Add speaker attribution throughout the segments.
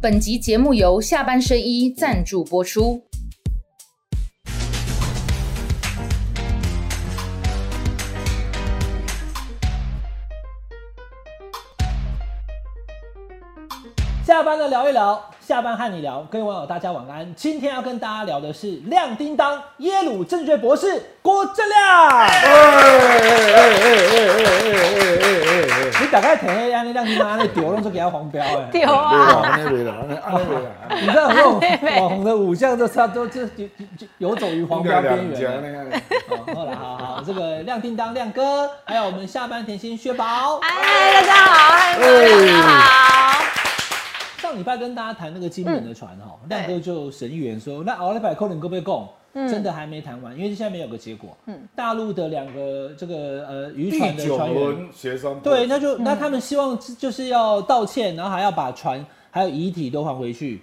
Speaker 1: 本集节目由下半身衣赞助播出。
Speaker 2: 下班了聊一聊，下班和你聊，各位网友大家晚安。今天要跟大家聊的是亮叮当耶鲁政学博士郭正亮。你打开台安尼亮叮当安尼丢，弄出给他黄标哎。
Speaker 3: 对啊，
Speaker 4: 安尼袂啦，安尼安尼袂啦，
Speaker 2: 你知道那种网红的五项，这差都这游游走于黄标边 缘。好，好了，好好，这个亮叮当亮哥，还有我们下班甜心薛宝。
Speaker 3: 嗨，哎大家好，嗨，大家好。
Speaker 2: 上礼拜跟大家谈那个金门的船哈、亮哥就神预言说，那鳌礼拜扣能够不够？真的还没谈完，因为现在没有个结果。嗯，大陆的两个这个呃渔船
Speaker 4: 第
Speaker 2: 的
Speaker 4: 九
Speaker 2: 船员，
Speaker 4: 轮协商会
Speaker 2: 对，那就、那他们希望就是要道歉，然后还要把船还有遗体都还回去。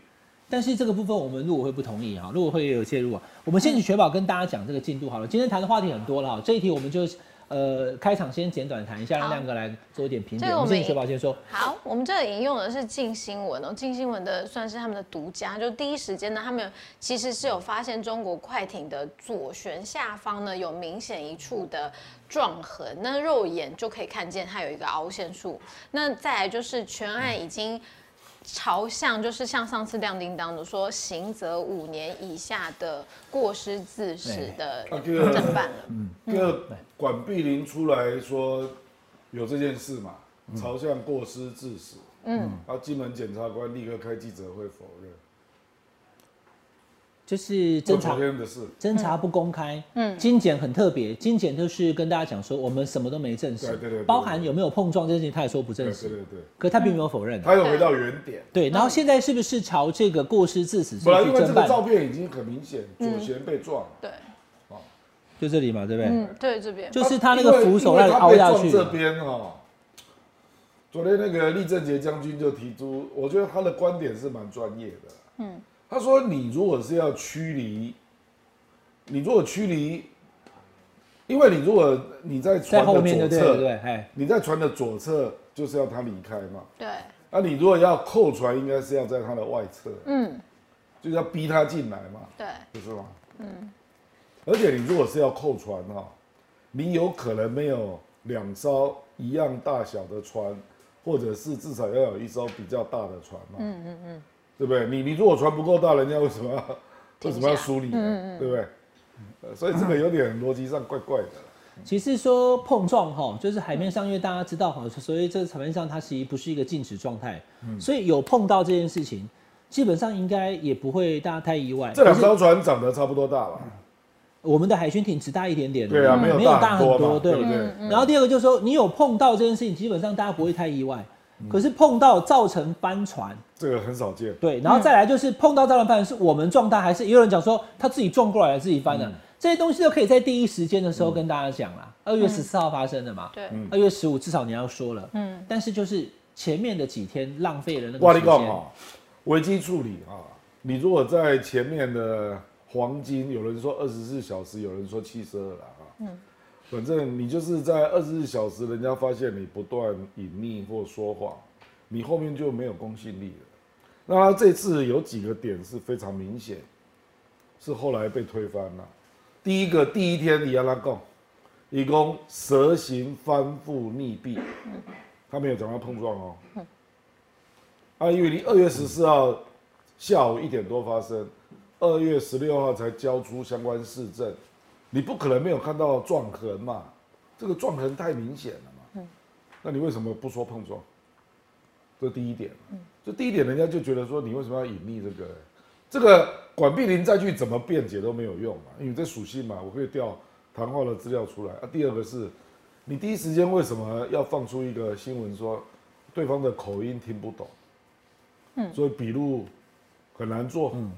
Speaker 2: 但是这个部分我们陆委会不同意哈，陆委会也有介入啊。我们先请雪宝跟大家讲这个进度好了。今天谈的话题很多了哈，这一题我们就呃开场先简短谈一下，让
Speaker 3: 好
Speaker 2: 亮哥来做一点评
Speaker 3: 这
Speaker 2: 点。
Speaker 3: 个
Speaker 2: 我
Speaker 3: 我
Speaker 2: 们
Speaker 3: 们
Speaker 2: 先请雪宝先说。
Speaker 3: 好，我们这里引用的是《镜新闻》哦，《镜新闻》的算是他们的独家，就第一时间呢，他们有其实是有发现中国快艇的左舷下方呢有明显一处的撞痕，那肉眼就可以看见它有一个凹陷处。那再来就是全案已经。朝向就是像上次亮叮当的说，刑责五年以下的过失致死的
Speaker 4: 啊这个
Speaker 3: 正犯了。
Speaker 4: 这个管碧玲出来说有这件事嘛，朝向过失致死。嗯，啊，金门检察官立刻开记者会否认，
Speaker 2: 就是
Speaker 4: 这
Speaker 2: 侦查
Speaker 4: 昨天的事。
Speaker 2: 侦查不公开，嗯，金检很特别，金检就是跟大家讲说，我们什么都没证实，
Speaker 4: 对对对对
Speaker 2: 包含有没有碰撞这件事情，他也说不证
Speaker 4: 对
Speaker 2: 实，
Speaker 4: 对对对，
Speaker 2: 可他并没有否认啊、
Speaker 4: 他又回到原点。
Speaker 2: 对，然后现在是不是朝这个过失致死罪
Speaker 4: 本来
Speaker 2: 去
Speaker 4: 因为这
Speaker 2: 侦
Speaker 4: 个
Speaker 2: 办？
Speaker 4: 照片已经很明显，左舷被撞，
Speaker 3: 对，
Speaker 2: 就这里嘛，对不对？
Speaker 3: 嗯，对这边。
Speaker 2: 就是他那个扶手
Speaker 4: 啊因
Speaker 2: 让
Speaker 4: 为
Speaker 2: 你凹下
Speaker 4: 因
Speaker 2: 去
Speaker 4: 为他被撞这边哦。昨天那个厉正杰将军就提出，我觉得他的观点是蛮专业的。嗯，他说你如果是要驱离，你如果驱离，因为你如果你在
Speaker 2: 在
Speaker 4: 船
Speaker 2: 后
Speaker 4: 的
Speaker 2: 面
Speaker 4: 左
Speaker 2: 就对了，对不
Speaker 4: 侧，
Speaker 2: 对？哎，
Speaker 4: 你在船的左侧就是要他离开嘛。
Speaker 3: 对，
Speaker 4: 那、你如果要扣船，应该是要在他的外侧，嗯，就是要逼他进来嘛。
Speaker 3: 对，
Speaker 4: 不是吗？嗯。而且你如果是要扣船哈、你有可能没有两艘一样大小的船，或者是至少要有一艘比较大的船嘛。嗯嗯嗯。对不对？你你如果船不够大，人家为什么要 为
Speaker 3: 停下
Speaker 4: 什么要梳理呢？对不对？呃所以这个有点逻辑上怪怪的。
Speaker 2: 其实说碰撞哈，就是海面上，因为大家知道哈，所以这个海面上它其实不是一个静止状态，
Speaker 4: 嗯
Speaker 2: 所以有碰到这件事情，基本上应该也不会大家太意外。
Speaker 4: 这两
Speaker 2: 可是
Speaker 4: 艘船长得差不多大吧？
Speaker 2: 我们的海巡艇只大一点点，
Speaker 4: 对啊，
Speaker 2: 嗯
Speaker 4: 没有
Speaker 2: 没有
Speaker 4: 大
Speaker 2: 很
Speaker 4: 多嘛，
Speaker 2: 对嗯
Speaker 4: 对不对？
Speaker 2: 然后第二个就是说，你有碰到这件事情，基本上大家不会太意外。可是碰到造成翻船，
Speaker 4: 这个很少见。
Speaker 2: 对，然后再来就是碰到造成翻船，是我们撞他，还是也有人讲说他自己撞过来自己翻的，这些东西都可以在第一时间的时候跟大家讲啦。二月十四号发生的嘛，
Speaker 3: 对，
Speaker 4: 嗯
Speaker 2: 二月十五至少你要说了，嗯，但是就是前面的几天浪费了那
Speaker 4: 哇，
Speaker 2: 个
Speaker 4: 你
Speaker 2: 时
Speaker 4: 讲
Speaker 2: 间
Speaker 4: 哦，，危机处理啊，你如果在前面的黄金，有人说二十四小时，有人说七十二了啊，嗯，反正你就是在二十四小时，人家发现你不断隐匿或说谎，你后面就没有公信力了。那他这次有几个点是非常明显，是后来被推翻了。第一个，第一天你要他讲，以供蛇形翻覆逆毙，他没有讲到碰撞哦。啊，因为你二月十四号下午一点多发生，二月十六号才交出相关市政，你不可能没有看到撞痕嘛？这个撞痕太明显了嘛？那你为什么不说碰撞？这第一点，这第一点人家就觉得说你为什么要隐匿这个？这个管碧林再去怎么辩解都没有用嘛，因为这属性嘛，我可以调谈话的资料出来。啊，第二个是，你第一时间为什么要放出一个新闻说对方的口音听不懂？所以笔录很难做。嗯，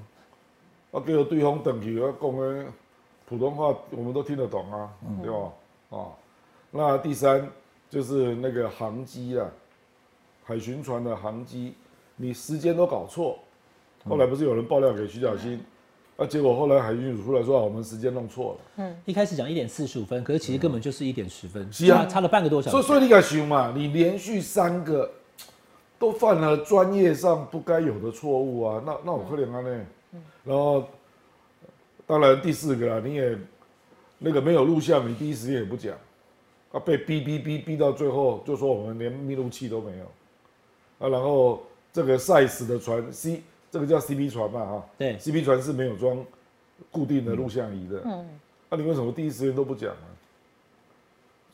Speaker 4: 啊，给我对方等级要讲的普通话，我们都听得懂啊，对吧？啊，那第三就是那个航机啊，海巡船的航机，你时间都搞错。后来不是有人爆料给徐小新，啊，结果后来海巡署出来说、啊、我们时间弄错了。
Speaker 2: 一开始讲一点四十五分，可是其实根本就是一点十分，
Speaker 4: 嗯是啊
Speaker 2: 差差了半个多小
Speaker 4: 所以
Speaker 2: 时。
Speaker 4: 所以你敢想嘛，你连续三个都犯了专业上不该有的错误啊。那那我可怜啊呢。然后，当然第四个啦，你也那个没有录像，你第一时间也不讲，啊，被逼逼逼逼到最后，就说我们连密录器都没有，啊，然后这个 size 的船 C，这个叫 CP 船嘛啊，
Speaker 2: 对
Speaker 4: ，CP 船是没有装固定的录像仪的，嗯，那、你为什么第一时间都不讲啊？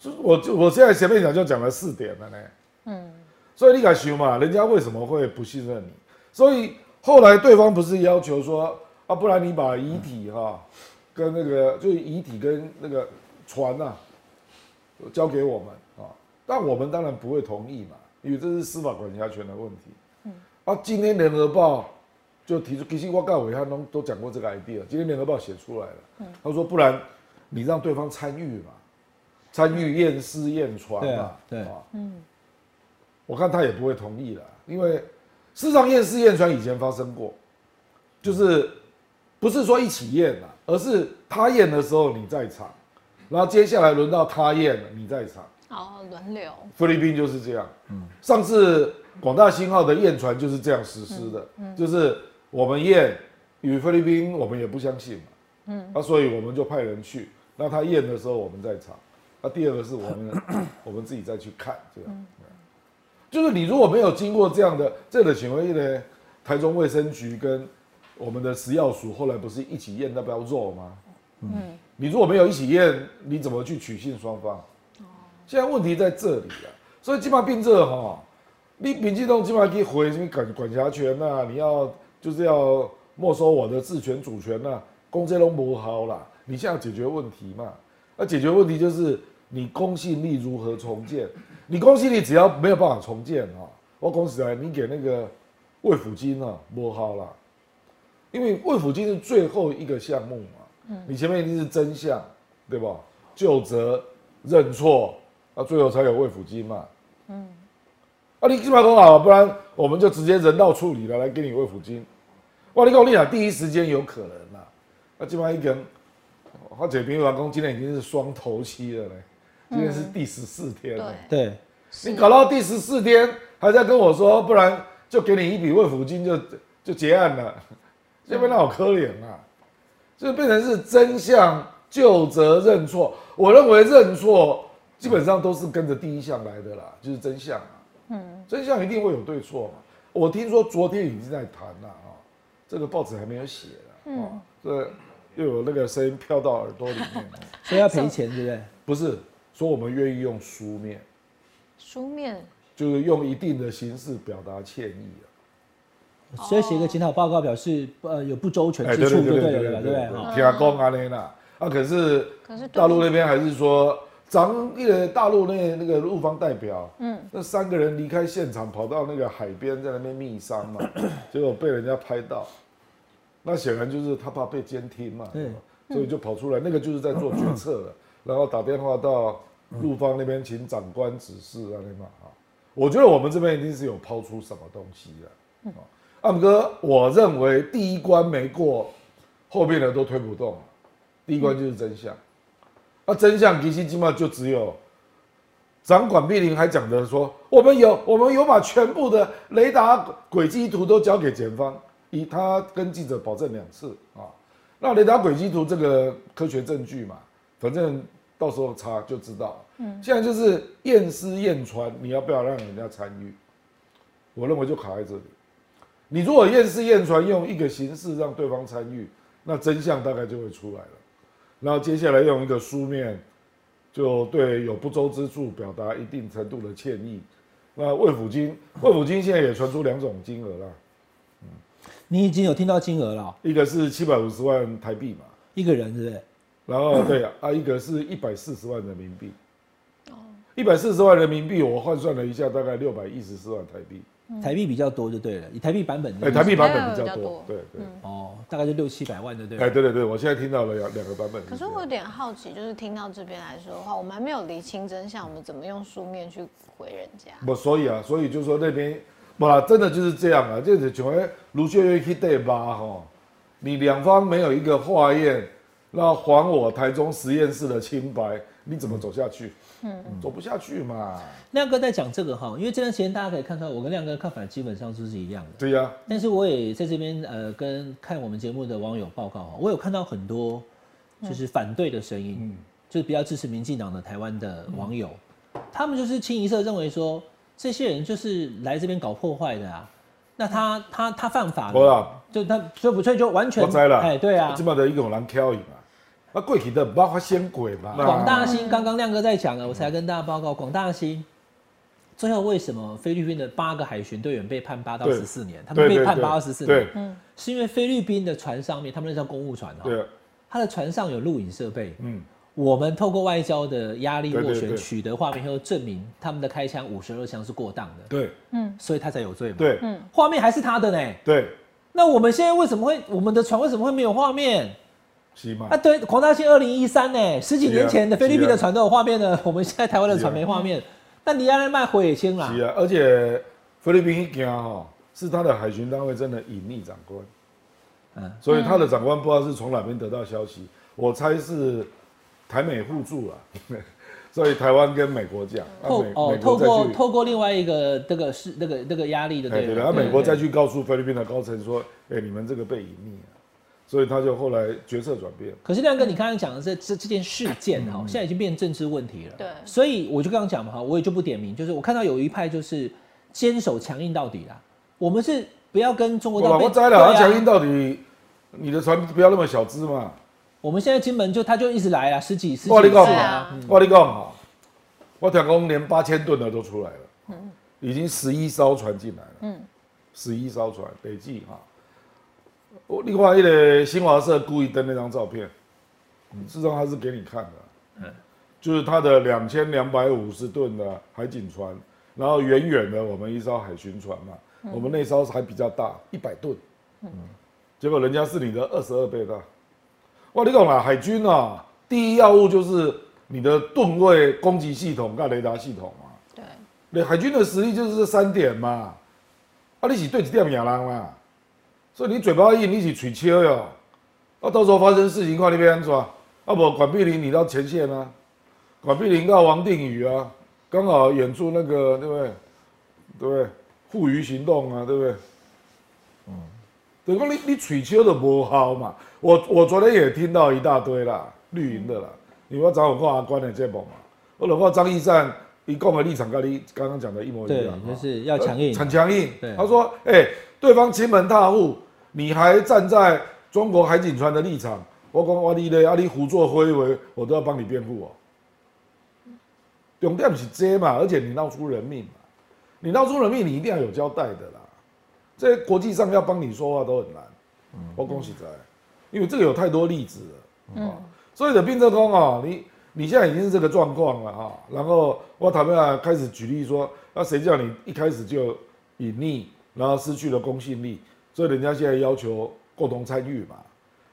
Speaker 4: 就我就我现在前面讲就讲了四点了呢，嗯，所以你敢修嘛？人家为什么会不信任你？所以后来对方不是要求说啊，不然你把遗体哈、跟那个就是遗体跟那个船呐、交给我们啊、但我们当然不会同意嘛，因为这是司法管辖权的问题。嗯，啊，今天联合报就提出，其实我告伟汉都都讲过这个 idea，今天联合报写出来了，他说不然你让对方参与嘛，参与验尸验船
Speaker 2: 对
Speaker 4: 嘛
Speaker 2: 啊，对
Speaker 4: 嗯，我看他也不会同意了，因为事实上验尸验船以前发生过，就是不是说一起验啦，而是他验的时候你在场，然后接下来轮到他验了你在场。
Speaker 3: 哦，轮流，
Speaker 4: 菲律宾就是这样。上次广大星号的验船就是这样实施的，就是我们验与菲律宾，我们也不相信嘛，嗯，啊，所以我们就派人去，那他验的时候我们在场，那、第二个是我们 我们自己再去看，这样。就是你如果没有经过这样的这个行为呢，台中卫生局跟我们的食药署后来不是一起验那包肉吗？嗯，你如果没有一起验，你怎么去取信双方？现在问题在这里啊，所以基本上病这哈，你民进党基本上可以回什么管管辖权呐、你要就是要没收我的治权主权呐、公这都不好啦，你现在要解决问题嘛，那解决问题就是你公信力如何重建，你公信力只要没有办法重建啊、我讲实在，你给那个卫福金啊不好啦，因为卫福金是最后一个项目嘛，你前面一定是真相，对吧？就责、认错，啊，最后才有慰抚金嘛。嗯，啊，你起码说好，不然我们就直接人道处理了，来给你慰抚金。哇，你跟我跟你讲，第一时间有可能啦、啊，基本上一个人，哦他姐平员工今天已经是双头期了嘞，今天是第十四天
Speaker 3: 对
Speaker 4: 了。，
Speaker 2: 对，
Speaker 4: 你搞到第十四天还在跟我说，不然就给你一笔慰抚金就就结案了，这边让我可怜啊！就变成是真相、就责、认错。我认为认错基本上都是跟着第一项来的啦，就是真相啊。嗯，真相一定会有对错嘛。我听说昨天已经在谈了啊，这个报纸还没有写了啊，哦这又有那个声音飘到耳朵里面了，
Speaker 2: 所以要赔钱，对不对？
Speaker 4: 不是说我们愿意用书面。
Speaker 3: 书面
Speaker 4: 就是用一定的形式表达歉意啊。
Speaker 2: 所以写一个检讨报告，表示呃有不周全
Speaker 4: 哎，
Speaker 2: 之
Speaker 4: 对
Speaker 2: 处
Speaker 4: 对
Speaker 2: 就
Speaker 4: 对
Speaker 2: 对了
Speaker 4: 对对
Speaker 2: 嘛，对
Speaker 4: 对
Speaker 2: 不对？哦
Speaker 4: 对
Speaker 2: 哈，，
Speaker 4: 听讲安尼啦。啊，可是
Speaker 3: 可是对
Speaker 4: 大陆那边还是说，咱那个大陆那那个陆方代表，嗯，那三个人离开现场，跑到那个海边，在那边密商 嘛，结果被人家拍到。那显然就是他怕被监听嘛，
Speaker 2: 对
Speaker 4: 所以就跑出来，那个就是在做决策了，然后打电话到陆方那边，请长官指示啊，那嘛啊，我觉得我们这边一定是有抛出什么东西的。啊阿姆哥，我认为第一关没过，后面的都推不动了。第一关就是真相，那、真相其实基本上就只有掌管碧林还讲的说，我们有我们有把全部的雷达轨迹图都交给检方，以他跟记者保证两次啊。那雷达轨迹图这个科学证据嘛，反正到时候查就知道。嗯，现在就是验尸验船，你要不要让人家参与？我认为就卡在这里。你如果验尸验船用一个形式让对方参与，那真相大概就会出来了。然后接下来用一个书面，就对有不周之处表达一定程度的歉意。那魏抚金，魏抚金现在也传出两种金额啦，
Speaker 2: 你已经有听到金额了哦，
Speaker 4: 一个是七百五十万台币嘛，
Speaker 2: 一个人，对不对？
Speaker 4: 然后对啊，啊一个是一百四十万人民币，一百四十万人民币，我换算了一下，大概六百一十四万台币，
Speaker 2: 台币比较多就对了，以台币版本
Speaker 4: 哎、
Speaker 2: 的
Speaker 4: 台币版本
Speaker 3: 台
Speaker 4: 比
Speaker 3: 币
Speaker 4: 较
Speaker 3: 比较
Speaker 4: 多
Speaker 3: 多，
Speaker 4: 对对，
Speaker 2: 哦，大概就六七百万就对
Speaker 4: 哎、
Speaker 2: 了。
Speaker 4: 对对对，我现在听到了两两个版本这样。
Speaker 3: 可是我有点好奇，就是听到这边来说的话，我们还没有厘清真相，我们怎么用书面去回人家？
Speaker 4: 不，所以啊，所以就说那边，不啦，真的就是这样啊，就是像那卢秀燕去对吧？吼，你两方没有一个化验，那还我台中实验室的清白，你怎么走下去？
Speaker 2: 嗯
Speaker 4: 嗯走不下去嘛。
Speaker 2: 亮哥在讲这个哈，因为这段时间大家可以看到，我跟亮哥的看法基本上都是一样的。
Speaker 4: 对呀、
Speaker 2: 但是我也在这边呃跟看我们节目的网友报告哈，我有看到很多就是反对的声音，就是比较支持民进党的台湾的网友，他们就是清一色认为说这些人就是来这边搞破坏的啊，那他他他犯法
Speaker 4: 没啦
Speaker 2: 了，就他所以不所以就完全
Speaker 4: 啊我知啦，
Speaker 2: 哎对啊
Speaker 4: 基。本的一个人挑伊嘛，啊过去的不发先鬼嘛，
Speaker 2: 广大星刚刚亮哥在讲了，我才跟大家报告，广大星最后为什么菲律宾的八个海巡队员被判八到
Speaker 4: 对
Speaker 2: 十四年？他
Speaker 4: 对
Speaker 2: 们
Speaker 4: 对
Speaker 2: 被判
Speaker 4: 对
Speaker 2: 八到十四年
Speaker 4: 对，
Speaker 2: 是因为菲律宾的船上面，他们那叫公务船哈、
Speaker 4: 对，啊
Speaker 2: 他的船上有录影设备，
Speaker 4: 嗯，
Speaker 2: 我们透过外交的压力
Speaker 4: 对对
Speaker 2: 斡旋
Speaker 4: 对
Speaker 2: 取得画面后，证明他们的开枪五十二枪是过当的，
Speaker 4: 对
Speaker 2: 所以他才有罪嘛。，
Speaker 4: 对
Speaker 2: 画面还是他的呢。
Speaker 4: 对，
Speaker 2: 那我们现在为什么会我们的船为什么会没有画面？
Speaker 4: 是嘛
Speaker 2: 啊，，对，黄大仙二零一三呢，十几
Speaker 4: 是
Speaker 2: 年
Speaker 4: 啊
Speaker 2: 前的
Speaker 4: 是啊啊
Speaker 2: 菲律宾的船都有画面了，我们现在台湾的船没画面。那你安那卖火也轻啦
Speaker 4: 是，啊，而且菲律宾一件哈，是他的海巡单位真的隐匿长官，
Speaker 2: 嗯
Speaker 4: 所以他的长官不知道是从哪边得到消息，我猜是台美互助啊， 所以台湾跟美国讲，啊
Speaker 2: 透
Speaker 4: 美
Speaker 2: 哦
Speaker 4: 美
Speaker 2: 透
Speaker 4: 国再
Speaker 2: 过
Speaker 4: 去
Speaker 2: 透过另外一个这个是那个那个压力的
Speaker 4: 哎，
Speaker 2: 对
Speaker 4: 对
Speaker 2: 吧
Speaker 4: 的，啊，美国再去告诉菲律宾的高层说，哎、你们这个被隐匿了、所以他就后来决策转变。
Speaker 2: 可是亮哥，你刚刚讲的这这这件事件
Speaker 4: 嗯
Speaker 2: 哈，现在已经变政治问题了。
Speaker 3: 对
Speaker 2: 所以我就刚刚讲嘛哈，我也就不点名，就是我看到有一派就是坚守强硬到底啦。我们是不要跟中国
Speaker 4: 我
Speaker 2: 大
Speaker 4: 老
Speaker 2: 陆啊
Speaker 4: 婆摘了，他强硬到底，你的船不要那么小只嘛。
Speaker 2: 我们现在金门就他就一直来啊，十几十几
Speaker 4: 我跟你讲
Speaker 2: 次
Speaker 3: 啊
Speaker 2: 啊，
Speaker 4: 嘛，我跟你讲嘛，我讲公连八千吨的都出来了，已经十一艘船进来了，嗯，十一艘船累计哈。我你看那个新华社故意登那张照片，嗯事实上他是给你看的，就是他的两千两百五十吨的海警船，然后远远的我们一艘海巡船嘛，我们那艘还比较大，一百吨，嗯结果人家是你的二十二倍大。哇，你讲啦，海军啊，第一要务就是你的盾位攻击系统跟雷达系统嘛。
Speaker 3: 对，
Speaker 4: 对，海军的实力就是这三点嘛。啊，你是对一点亚人嘛，所以你嘴巴硬，你是嘴切哟。啊，到时候发生事情，看你被安怎？啊，不，管碧玲你到前线啊，管碧玲到王定宇啊，刚好演出那个，对不对？对不对？护鱼行动啊，对不对？嗯等于讲你你取消的不好嘛。我我昨天也听到一大堆啦，绿营的啦。你要找我看阿关的节目嘛？我老看张义善一共的立场跟你刚刚讲的一模一
Speaker 2: 对
Speaker 4: 样啊，，
Speaker 2: 就是要强硬。
Speaker 4: 很强硬
Speaker 2: 对。
Speaker 4: 他说：“哎、对方亲门踏户，你还站在中国海警船的立场，我讲我你嘞，啊你胡作非为，我都要帮你辩护哦。”重点是这嘛，而且你闹出人命嘛，你闹出人命，你一定要有交代的啦。在国际上要帮你说话都很难，我恭喜在，因为这个有太多例子了。嗯，所以的病症工啊，你你现在已经是这个状况了啊。然后我坦白讲开始举例说，那谁叫你一开始就隐匿，然后失去了公信力，所以人家现在要求共同参与嘛，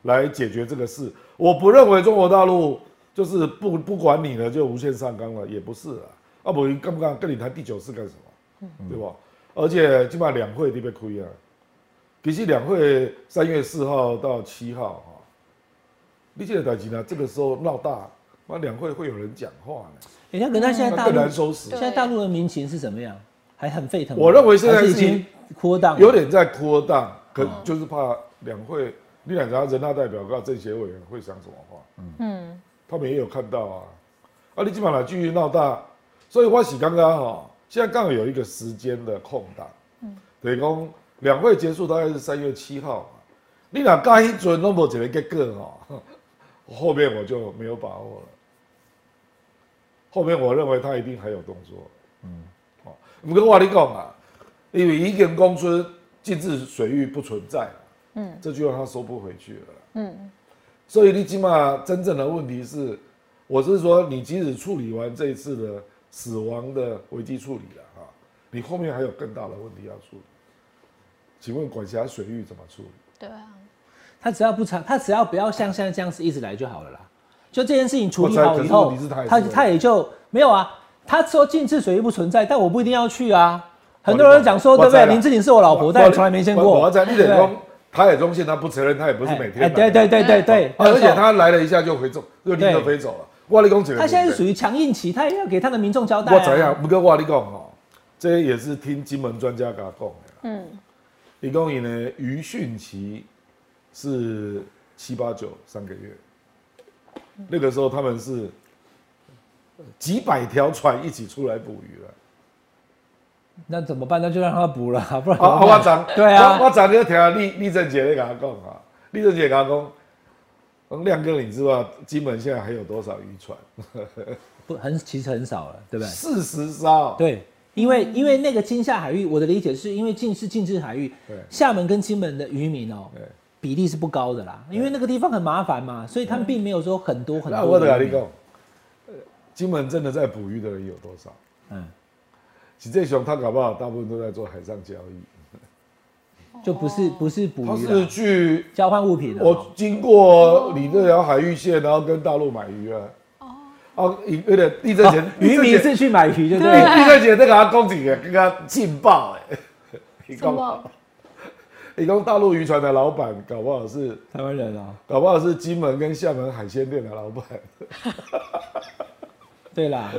Speaker 4: 来解决这个事。我不认为中国大陆就是不不管你了就无限上纲了，也不是啊。啊，不，干不干跟你谈第九次干什么？
Speaker 2: 嗯
Speaker 4: 对吧？而且基本上两会你被亏啊。比起两会三月四号到七号哈，你这个代志呢，这个时候闹大，那两会会有人讲话呢，
Speaker 2: 人家可能他现在
Speaker 4: 那
Speaker 2: 大
Speaker 4: 更难
Speaker 2: 陆
Speaker 4: 收拾啊
Speaker 3: 对。
Speaker 2: 现在大陆的民情是怎么样？还很沸腾吗。
Speaker 4: 我认为现在
Speaker 2: 还是已
Speaker 4: 是已经
Speaker 2: 经扩大，
Speaker 4: 有点在扩大，可就是怕两会，你两家人大代表跟政协委员会讲什么话，嗯，他们也有看到啊，啊，你基本上继续闹大，所以我是刚刚哈，现在刚好有一个时间的空档，嗯，等于讲两会结束大概是三月七号嘛，你俩刚一准都没一个结果哈， 后面我就没有把握了，后面我认为他一定还有动作，嗯，哦，不过我跟你讲啊。因为已经公村禁止水域不存在，嗯，这句话他收不回去了，嗯，所以你起码真正的问题是，我是说你即使处理完这一次的死亡的危机处理了哈，你后面还有更大的问题要处理，请问管辖水域怎么处理？
Speaker 3: 对啊，
Speaker 2: 他只要不长，他只要不要像现在这样子一直来就好了啦。就这件事情处理
Speaker 4: 我猜
Speaker 2: 好
Speaker 4: 可
Speaker 2: 以
Speaker 4: 是
Speaker 2: 后
Speaker 4: 问题是他，也
Speaker 2: 他
Speaker 4: 是
Speaker 2: 他也就没有啊。他说禁止水域不存在，但我不一定要去啊。很多人讲说，
Speaker 4: 我
Speaker 2: 对
Speaker 4: 知
Speaker 2: 不
Speaker 4: 道
Speaker 2: 对？林志玲是我老婆，但我从来没见
Speaker 4: 我我
Speaker 2: 过。
Speaker 4: 在立点
Speaker 2: 对哎
Speaker 4: 中，台海中线他不承认，他也不是每天来
Speaker 2: 哎，对对对对对，
Speaker 4: 啊而且
Speaker 2: 没错
Speaker 4: 他来了一下就回走，又立刻飞走了。我跟你讲一个
Speaker 2: 他现在是
Speaker 4: 问
Speaker 2: 属
Speaker 4: 题
Speaker 2: 于强硬期，他也要给他的民众交代、啊。
Speaker 4: 我知影，不过我跟你讲吼，这也是听金门专家甲我讲的。嗯，伊讲伊呢余汛期是七八九三个月，
Speaker 2: 嗯
Speaker 4: 那个时候他们是几百条船一起出来捕鱼了。
Speaker 2: 那怎么办？那就让他补了，不然怎么
Speaker 4: 啊啊！
Speaker 2: 办
Speaker 4: 我昨
Speaker 2: 哦对啊
Speaker 4: 我我昨日听到丽丽珍姐咧甲我讲啊，丽珍姐甲我讲，我说亮哥，你知道金门现在还有多少渔船？
Speaker 2: 不很其实很少了，对不对？
Speaker 4: 四十艘。
Speaker 2: 对，因
Speaker 3: 嗯
Speaker 2: 为因为那个金夏海域，我的理解是因为近是禁制海域
Speaker 4: 对，
Speaker 2: 厦门跟金门的渔民哦、
Speaker 4: 对
Speaker 2: 比例是不高的啦，因为那个地方很麻烦嘛，所以他们并没有说很多很
Speaker 4: 那
Speaker 2: 多
Speaker 4: 我
Speaker 2: 的
Speaker 4: 得
Speaker 2: 渔民。
Speaker 4: 跟你讲，呃金门真的在捕鱼的人有多少？
Speaker 2: 嗯，
Speaker 4: 实际上，他搞不好大部分都在做海上交易，
Speaker 2: 就不是
Speaker 3: 哦
Speaker 2: 不是捕
Speaker 4: 他
Speaker 2: 鱼
Speaker 4: 是
Speaker 2: 啦，
Speaker 4: 去
Speaker 2: 交换物品的、哦
Speaker 4: 我经过你这条海域线，然后跟大陆买鱼啊。哦，一有点地震姐，
Speaker 2: 哦渔民是去买鱼，对不
Speaker 4: 地
Speaker 2: 对？
Speaker 4: 地震姐在给他攻击的，跟他劲爆哎。你
Speaker 3: 怎
Speaker 4: 讲
Speaker 3: 么？
Speaker 4: 你讲大陆渔船的老板，搞不好是
Speaker 2: 台湾人啊、
Speaker 4: 搞不好是金门跟厦门海鲜店的老板。
Speaker 2: 对啦，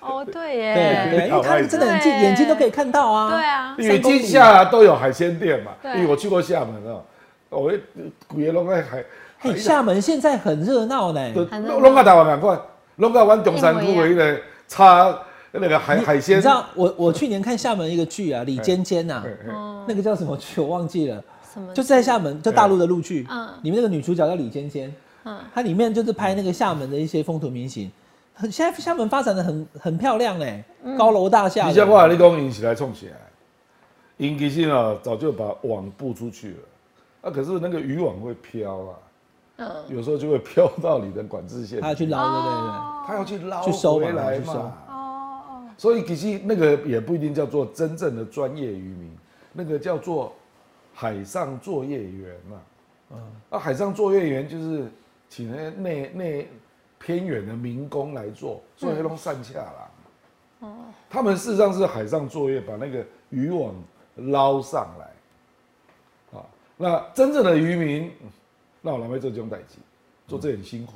Speaker 3: 哦，对
Speaker 2: 对
Speaker 3: 耶，
Speaker 2: 对，因为他真的很近，
Speaker 3: 对
Speaker 2: 眼睛都可以看到啊。
Speaker 3: 对啊，
Speaker 4: 因为金厦都有海鲜店嘛，
Speaker 3: 对
Speaker 4: 因为我去过厦门啊，我鬼龙在海
Speaker 2: 嘿，
Speaker 4: 海
Speaker 2: 厦门现在很热闹呢，
Speaker 3: 海
Speaker 4: 拢拢甲台湾两块，拢甲阮中山区的迄个差那个海海
Speaker 2: 你
Speaker 4: 鲜哎
Speaker 2: 知，道我我去年看厦门一个剧啊，李尖尖呐、
Speaker 4: 嘿嘿
Speaker 2: 那个叫什么剧我忘记了，
Speaker 3: 什么？
Speaker 2: 就在厦门，就大陆的陆剧，
Speaker 3: 嗯
Speaker 2: 里面那个女主角叫李尖尖，嗯，她里面就是拍那个厦门的一些风土民情，很现在厦门发展的很很漂亮哎、
Speaker 3: 嗯
Speaker 2: 高楼大厦的。
Speaker 4: 而且我跟你讲，因是来创啥？因其实啊，早就把网布出去了，啊，可是那个渔网会飘啊，
Speaker 3: 嗯，
Speaker 4: 有时候就会飘到你的管制线
Speaker 2: 她，要去捞，对不对？
Speaker 3: 哦
Speaker 4: 他要去捞
Speaker 2: 去收嘛
Speaker 4: 回来
Speaker 2: 去收
Speaker 4: 嘛。所以其实那个也不一定叫做真正的专业渔民，那个叫做海上作业员嘛。啊，海上作业员就是请那那那偏远的民工来做，做黑龙上下啦。他们事实上是海上作业，把那个渔网捞上来。啊，那真正的渔民，那我来为这种代志，做这很辛苦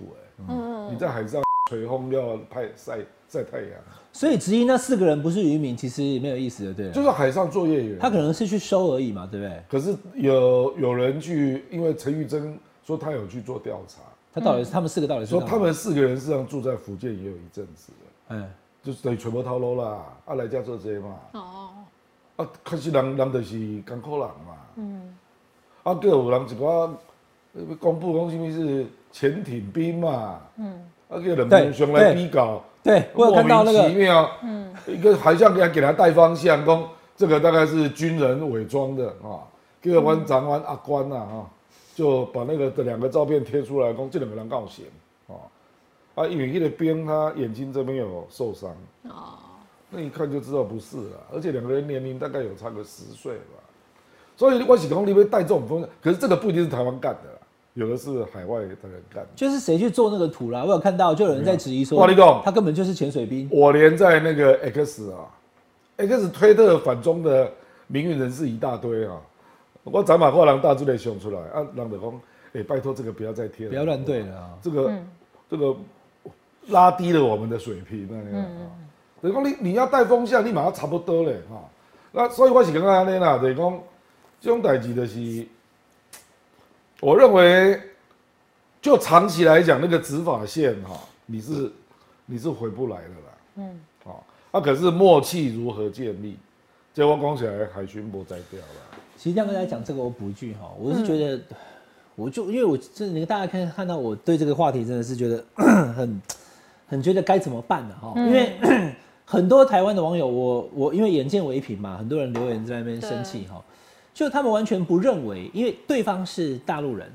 Speaker 4: 哎、你在海上吹风要拍晒晒太阳，
Speaker 2: 所以质疑那四个人不是渔民，其实也没有意思的，对了。
Speaker 4: 就是海上作业员。
Speaker 2: 他可能是去收而已嘛，对不对？
Speaker 4: 可是有有人去，因为陈玉珍说他有去做调查，
Speaker 2: 他到底
Speaker 3: 嗯
Speaker 2: 是、他们四个到底是
Speaker 4: 说
Speaker 2: 干嘛
Speaker 4: 他们四个人实际上住在福建也有一阵子了，
Speaker 2: 嗯，
Speaker 4: 就是等于全部逃楼啦，啊来家做这嘛，
Speaker 3: 哦，
Speaker 4: 啊，可是人人就是艰苦人嘛，嗯，啊，各有人一寡呃要公布讲什么是潜艇兵嘛，嗯，啊，叫两
Speaker 2: 对
Speaker 4: 边上来比较，
Speaker 2: 对我有
Speaker 4: 莫
Speaker 2: 看到那
Speaker 4: 名其
Speaker 2: 个，
Speaker 4: 妙，嗯，一个海象给他给他带方向，讲这个大概是军人伪装的啊，结果阮长官阿官呐啊，就把那个的两个照片贴出来，讲这两个人告险啊，啊，因为那个兵他眼睛这边有受伤，哦，那一看就知道不是了，而且两个人年龄大概有差个十岁吧，所以我是讲你会带这种风险，可是这个不一定是台湾干的啦，有的是海外的人干的。
Speaker 2: 就是谁去做那个图啦？我有看到，就有人在质疑说，
Speaker 4: 我跟你讲
Speaker 2: 他根本就是潜水兵。
Speaker 4: 我连在那个 X 啊，X 推特反中的名誉人士一大堆啊，我斩马化狼大字的凶出来啊，狼的讲，哎、拜托这个不要再贴了，
Speaker 2: 不要乱对了啊
Speaker 4: 这个、这个拉低了我们的水平那样啊。等于讲你你要带风向，你马上差不多嘞哈、那所以我是感觉安尼啦，就是讲这种代志就是，我认为就长期来讲，那个执法线哈、你是你是回不来的啦。嗯，哦，啊，可是默契如何建立？结果讲起来，海巡不摘掉了。
Speaker 2: 其实亮哥在讲这个，我补一句哈，我是觉得，我就因为我这你大家看看到我对这个话题真的是觉得 很很觉得该怎么办呢、哈、因为 很多台湾的网友，我我因为眼见为凭嘛，很多人留言在那边生气哈，就他们完全不认为，因为对方是大陆人。